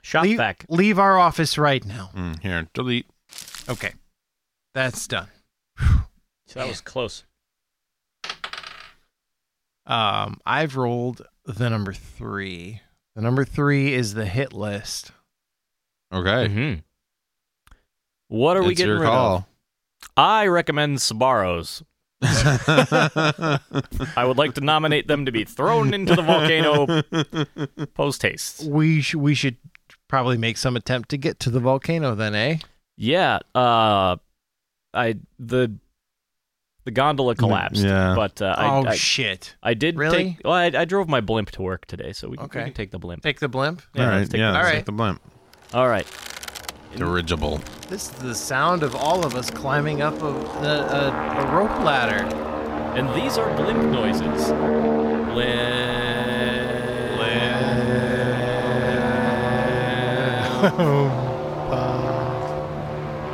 Speaker 1: Shop
Speaker 2: leave,
Speaker 1: vac.
Speaker 2: leave our office right now.
Speaker 3: Mm, here, delete.
Speaker 2: Okay. That's done.
Speaker 1: So that was close.
Speaker 2: Um, I've rolled the number three. The number three is the hit list.
Speaker 3: Okay.
Speaker 1: Mm-hmm. What are we
Speaker 3: it's
Speaker 1: getting
Speaker 3: your
Speaker 1: rid of?
Speaker 3: call.
Speaker 1: I recommend Sbarros. I would like to nominate them to be thrown into the volcano post haste.
Speaker 2: We sh- we should probably make some attempt to get to the volcano then, eh?
Speaker 1: Yeah, uh, I the the gondola collapsed.
Speaker 3: yeah.
Speaker 1: but uh,
Speaker 2: oh
Speaker 1: I, I,
Speaker 2: shit.
Speaker 1: I did
Speaker 2: Really?
Speaker 1: Take, well, I, I drove my blimp to work today, so we can, we
Speaker 2: Okay.
Speaker 1: can take the blimp.
Speaker 2: Take the blimp.
Speaker 1: Yeah,
Speaker 3: All
Speaker 1: let's
Speaker 3: right.
Speaker 1: take
Speaker 3: Yeah.
Speaker 1: the-
Speaker 3: let's
Speaker 2: All
Speaker 3: take
Speaker 2: right.
Speaker 3: the blimp.
Speaker 1: All right.
Speaker 3: Dirigible.
Speaker 2: This is the sound of all of us climbing up a, a, a, a rope ladder.
Speaker 1: And these are blimp noises. Blimp.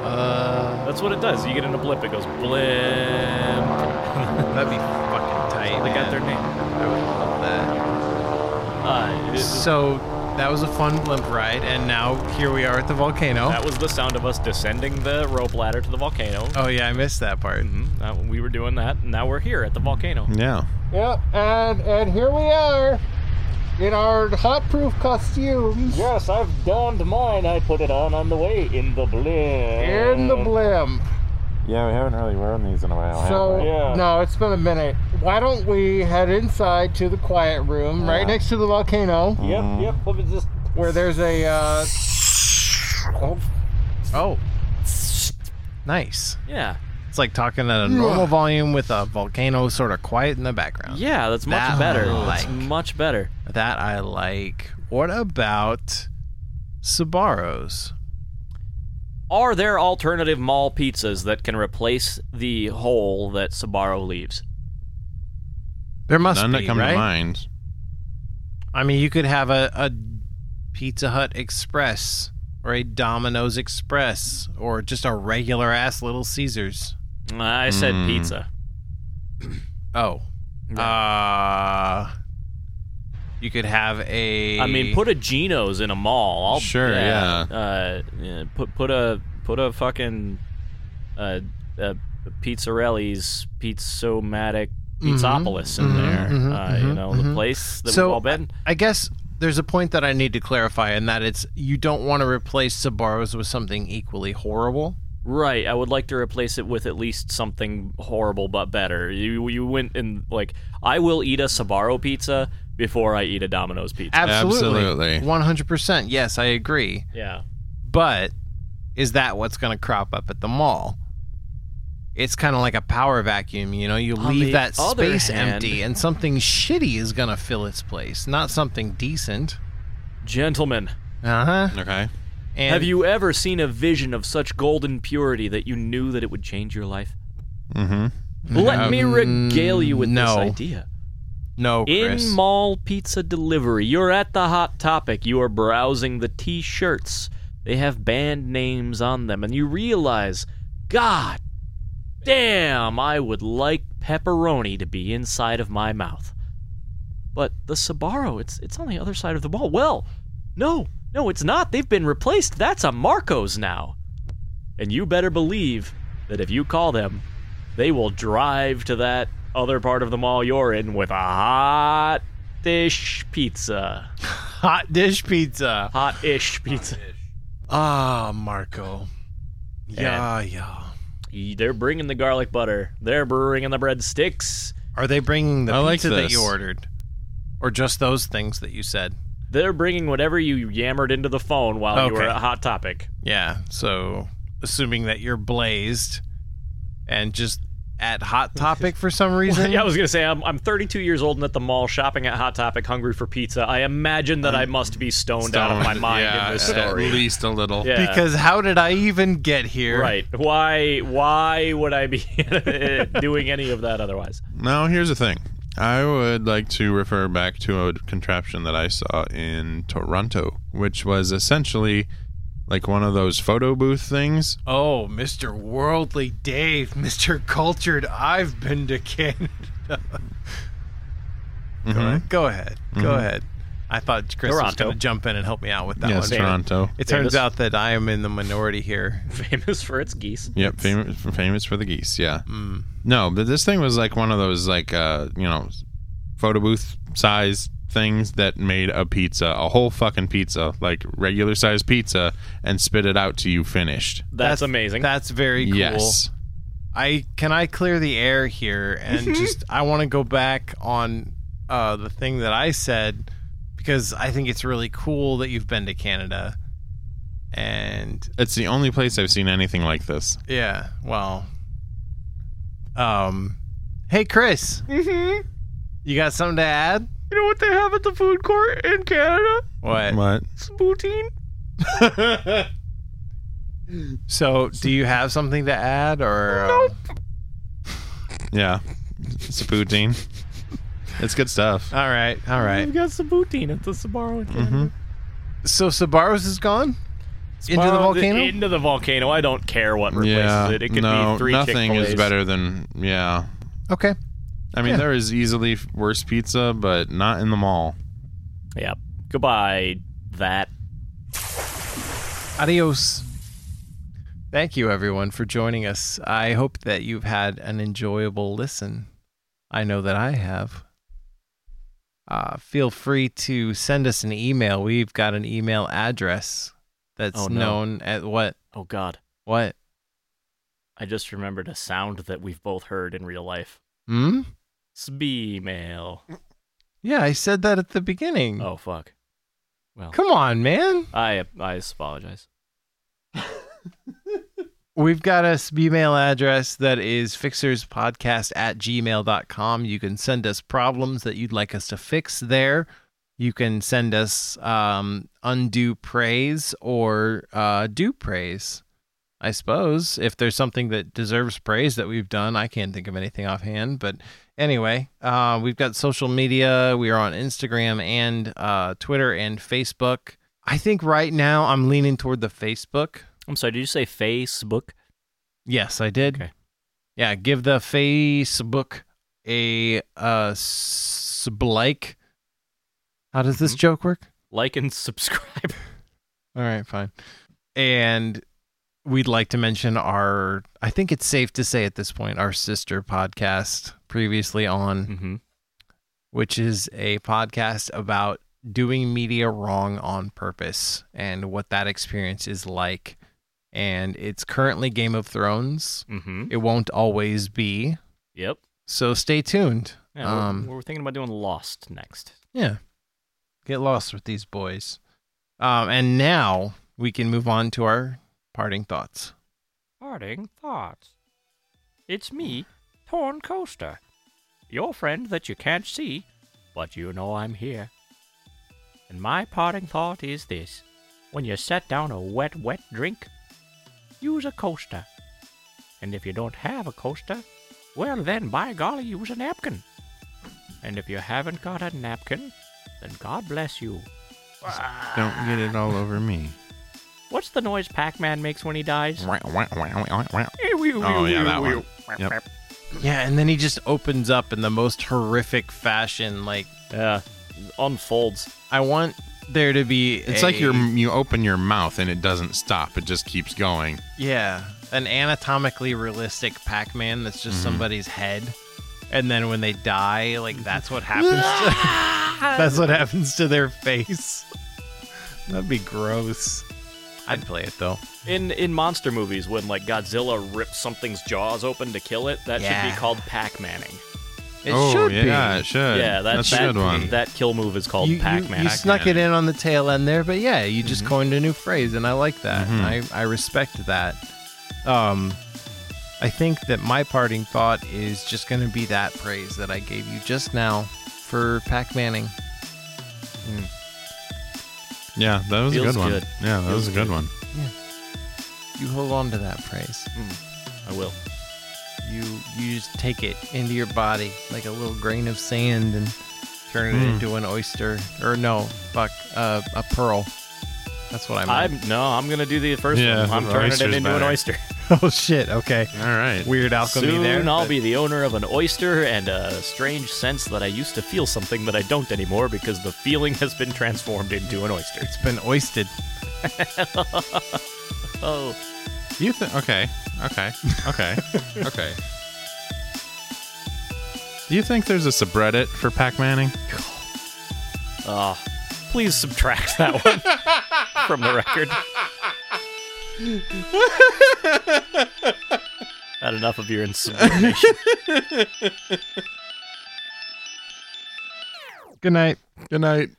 Speaker 2: Uh,
Speaker 1: That's what it does. You get in a blimp, it goes blimp.
Speaker 2: that'd be fucking tight.
Speaker 1: They got
Speaker 2: man.
Speaker 1: their name.
Speaker 2: I would love that.
Speaker 1: Uh, it is-
Speaker 2: So that was a fun blimp ride, and now here we are at the volcano.
Speaker 1: that was the sound of us descending the rope ladder to the volcano.
Speaker 2: oh yeah, I missed that part.
Speaker 1: Mhm, that- we were doing that, and now we're here at the volcano.
Speaker 3: Yeah.
Speaker 4: Yep, and and here we are in our hot proof costumes
Speaker 1: Yes, I've donned mine. I put it on on the way in the blimp.
Speaker 4: in the blimp.
Speaker 8: Yeah, we haven't really worn these in a while. have
Speaker 4: So
Speaker 8: we?
Speaker 1: Yeah.
Speaker 4: no, it's been a minute. Why don't we head inside to the quiet room right next to the volcano
Speaker 1: Yep, yep. Let me just.
Speaker 4: where there's a uh, oh,
Speaker 2: Oh, nice.
Speaker 1: Yeah,
Speaker 2: It's like talking at a normal volume with a volcano sort of quiet in the background.
Speaker 1: yeah. That's much
Speaker 2: That
Speaker 1: better.
Speaker 2: I
Speaker 1: That's
Speaker 2: like.
Speaker 1: much better.
Speaker 2: That I like. What about Sabaros?
Speaker 1: Are there alternative mall pizzas that can replace the hole that Sabaro leaves?
Speaker 2: There must
Speaker 3: None
Speaker 2: be,
Speaker 3: that come
Speaker 2: right?
Speaker 3: to mind.
Speaker 2: I mean, you could have a, a Pizza Hut Express or a Domino's Express or just a regular ass Little Caesars.
Speaker 1: I said
Speaker 2: Hmm.
Speaker 3: Mm.
Speaker 1: pizza.
Speaker 2: Oh. Uh you could have a
Speaker 1: I mean, put a Geno's in a mall. I'll,
Speaker 3: Sure,
Speaker 1: Uh, yeah, put put a put a fucking uh, uh, Pizzarelli's Pizzomatic
Speaker 2: Mm-hmm.
Speaker 1: Pizzopolis in there.
Speaker 2: mhm,
Speaker 1: uh, you
Speaker 2: mhm,
Speaker 1: know the
Speaker 2: mhm.
Speaker 1: place that
Speaker 2: So,
Speaker 1: we've all been.
Speaker 2: I guess there's a point that I need to clarify and that it's you don't want to replace Sabaros with something equally horrible.
Speaker 1: Right. I would like to replace it with at least something horrible but better. You you went and like I will eat a Sabaro pizza before I eat a Domino's pizza.
Speaker 3: Absolutely.
Speaker 2: 100%. Yes, I agree.
Speaker 1: yeah.
Speaker 2: But is that what's going to crop up at the mall? It's kind of like a power vacuum, you know, you
Speaker 1: On the
Speaker 2: leave that
Speaker 1: other
Speaker 2: space
Speaker 1: hand-
Speaker 2: empty and something shitty is going to fill its place, not something decent.
Speaker 1: Gentlemen,
Speaker 2: Uh huh.
Speaker 3: Okay.
Speaker 2: And
Speaker 1: Have you ever seen a vision of such golden purity that you knew that it would change your life?
Speaker 3: Mm-hmm.
Speaker 1: Let me regale you with this
Speaker 2: no.
Speaker 1: idea.
Speaker 2: No, Chris.
Speaker 1: In mall pizza delivery, you're at the Hot Topic. You are browsing the t shirts. They have band names on them, and you realize, God damn, I would like pepperoni to be inside of my mouth. But the Sbarro, it's, it's on the other side of the mall. Well, no, no, it's not. They've been replaced. That's a Marco's now. And you better believe that if you call them, they will drive to that other part of the mall you're in with a hot dish pizza.
Speaker 2: Hot dish pizza.
Speaker 1: Hot ish pizza.
Speaker 2: Ah, Marco. Yeah, yeah.
Speaker 1: They're bringing the garlic butter. They're bringing the breadsticks.
Speaker 2: Are they bringing the
Speaker 3: I like
Speaker 2: pizza that you
Speaker 3: this.
Speaker 2: ordered, or just those things that you said?
Speaker 1: They're bringing whatever you yammered into the phone while you were
Speaker 2: Okay.
Speaker 1: at Hot Topic.
Speaker 2: Yeah. So, assuming that you're blazed, and just at Hot Topic for some reason.
Speaker 1: Yeah, I was gonna say I'm, I'm 32 years old and at the mall shopping at Hot Topic, hungry for pizza. I imagine that I must be stoned, out of my
Speaker 3: Stoned,
Speaker 1: mind
Speaker 3: yeah,
Speaker 1: in this
Speaker 3: at
Speaker 1: story.
Speaker 3: least a little.
Speaker 1: Yeah.
Speaker 2: Because how did I even get here?
Speaker 1: Right. Why? Why would I be doing any of that otherwise?
Speaker 3: Now, here's the thing. I would like to refer back to a contraption that I saw in Toronto, which was essentially like one of those photo booth things.
Speaker 2: Oh, Mr. Worldly Dave, Mr. Cultured, I've been to Canada. Mm-hmm. Go, ahead. Go ahead. Go ahead. I thought Chris was
Speaker 1: Toronto.
Speaker 2: going to jump in and help me out with that
Speaker 3: Yes,
Speaker 2: one.
Speaker 3: Toronto.
Speaker 2: It
Speaker 1: Famous.
Speaker 2: turns out that I am in the minority here.
Speaker 1: Famous for its geese.
Speaker 3: Yep, famous for, famous for the geese. Yeah.
Speaker 1: Mm.
Speaker 3: No, but this thing was like one of those like uh you know photo booth size things that made a pizza, a whole fucking pizza, like regular size pizza, and spit it out to you finished.
Speaker 1: That's, amazing.
Speaker 2: That's very cool.
Speaker 3: Yes.
Speaker 2: I can I clear the air here and just I want to go back on uh, the thing that I said because I think it's really cool that you've been to Canada. And
Speaker 3: It's the only place I've seen anything like this.
Speaker 2: Yeah. Well. Um. Hey, Chris. Mm-hmm. You got something to add?
Speaker 6: You know what they have at the food court in Canada?
Speaker 2: What?
Speaker 3: What?
Speaker 6: Spoutine.
Speaker 2: So, do you have something to add, or uh,
Speaker 3: Yeah. It's a poutine. it's good stuff.
Speaker 2: uh, all right, all right.
Speaker 6: They've got Spoutine at the Sbarro in Canada.
Speaker 2: So, Sabaros is gone Mm-hmm. into the
Speaker 1: Well,
Speaker 2: volcano.
Speaker 1: Into the volcano. I don't care what replaces
Speaker 3: yeah.
Speaker 1: it. It could
Speaker 3: no,
Speaker 1: be 3
Speaker 3: nothing
Speaker 1: Chick-fil-A's.
Speaker 3: is better than yeah.
Speaker 2: okay.
Speaker 3: I mean, there is easily worse pizza, but not in the mall.
Speaker 1: Yeah. Goodbye. That.
Speaker 2: Adios. Thank you, everyone, for joining us. I hope that you've had an enjoyable listen. I know that I have. Uh, feel free to send us an email. We've got an email address that's
Speaker 1: Oh, no.
Speaker 2: known at what?
Speaker 1: Oh God.
Speaker 2: What?
Speaker 1: I just remembered a sound that we've both heard in real life.
Speaker 2: Hmm?
Speaker 1: Spee mail.
Speaker 2: Yeah, I said that at the beginning.
Speaker 1: Oh fuck.
Speaker 2: Come on, man.
Speaker 1: I I apologize.
Speaker 2: We've got a s- email address that is fixerspodcast at gmail.com. You can send us problems that you'd like us to fix there. You can send us um, undue praise or uh, due praise, I suppose. If there's something that deserves praise that we've done, I can't think of anything offhand. But anyway, uh, we've got social media. We are on Instagram and uh, Twitter and Facebook. I think right now I'm leaning toward the Facebook.
Speaker 1: I'm sorry. Did you say Facebook?
Speaker 2: Yes, I did.
Speaker 1: Okay.
Speaker 2: Yeah, give the Facebook a uh s- like. Mm-hmm. How does this joke work?
Speaker 1: Like and subscribe.
Speaker 2: All right, fine. And we'd like to mention our I think it's safe to say at this point our sister podcast previously on
Speaker 1: mm-hmm.
Speaker 2: which is a podcast about doing media wrong on purpose and what that experience is like. And it's currently Game of Thrones.
Speaker 1: Mm-hmm.
Speaker 2: It won't always be.
Speaker 1: Yep.
Speaker 2: So stay tuned.
Speaker 1: Yeah, we're-
Speaker 2: Um,
Speaker 1: we're, thinking about doing Lost next.
Speaker 2: Yeah. Get lost with these boys. Um, and now we can move on to our parting thoughts.
Speaker 6: Parting thoughts. It's
Speaker 3: Mm.
Speaker 6: me, Torn Coaster. Your friend that you can't see, but you know I'm here. And my parting thought is this When you set down a wet, wet drink, use a coaster. And if you don't have a coaster, well, then by golly, use a napkin. And if you haven't got a napkin, then God bless you.
Speaker 3: Don't get it all over me.
Speaker 6: What's the noise Pac Man makes when he dies?
Speaker 3: Oh yeah, that one. Yep.
Speaker 2: Yeah, and then he just opens up in the most horrific fashion. Like
Speaker 6: Uh,
Speaker 1: Yeah. Unfolds.
Speaker 2: I want there to be.
Speaker 3: It's
Speaker 2: a-
Speaker 3: like you you open your mouth and it doesn't stop. It just keeps going.
Speaker 2: Yeah, an anatomically realistic Pac-Man that's just somebody's head, and then when they die, like that's what happens. to, that's what happens to their face. That'd be gross. I'd play it though.
Speaker 1: In in monster movies, when like Godzilla rips something's jaws open to kill it, that should
Speaker 2: Yeah.
Speaker 1: be called Pac-Manning.
Speaker 2: It
Speaker 3: oh
Speaker 2: should
Speaker 3: yeah,
Speaker 2: be.
Speaker 3: it should.
Speaker 1: yeah, that,
Speaker 3: that's a
Speaker 1: that,
Speaker 3: good one.
Speaker 1: That kill move is called
Speaker 2: You- you-
Speaker 1: Pac-Man.
Speaker 2: You, snuck it in on the tail end there, but yeah, you
Speaker 3: Mm-hmm.
Speaker 2: just coined a new phrase, and I like that. I, I respect that. Um, I think that my parting thought is just going to be that praise that I gave you just now for Pac Manning.
Speaker 3: yeah, that was a
Speaker 1: Feels
Speaker 3: good one.
Speaker 1: good.
Speaker 3: Yeah, that was a good one.
Speaker 2: You hold on to that praise.
Speaker 1: I will.
Speaker 2: You you just take it into your body like a little grain of sand and turn it
Speaker 3: Mm.
Speaker 2: into an oyster or no, fuck, uh, a pearl. That's what I
Speaker 1: I'm
Speaker 2: meant.
Speaker 1: no, I'm gonna do the first
Speaker 3: Yeah,
Speaker 1: one. I'm
Speaker 3: the
Speaker 1: turning it
Speaker 3: oyster's
Speaker 1: into an
Speaker 3: better.
Speaker 1: oyster.
Speaker 2: oh shit. Okay.
Speaker 3: All right.
Speaker 2: Weird alchemy
Speaker 1: Soon
Speaker 2: there.
Speaker 1: I'll
Speaker 2: but-
Speaker 1: be the owner of an oyster and a strange sense that I used to feel something that I don't anymore because the feeling has been transformed into an oyster.
Speaker 2: It's been oisted.
Speaker 1: Oh,
Speaker 3: You think? Okay. Okay. Okay. okay. Do you think there's a subreddit for Pac Manning?
Speaker 1: uh, please subtract that one from the record. Had enough of your insubordination.
Speaker 2: Good night.
Speaker 3: Good night.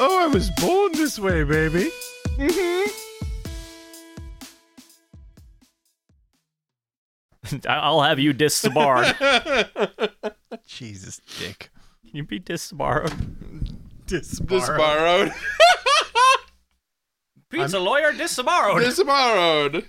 Speaker 2: Oh, I was born this way, baby.
Speaker 1: I- I'll have you disbarred.
Speaker 2: Jesus, dick.
Speaker 1: you be disbarred.
Speaker 5: Disborrowed.
Speaker 1: Pete's a lawyer disbarred.
Speaker 5: Disborrowed.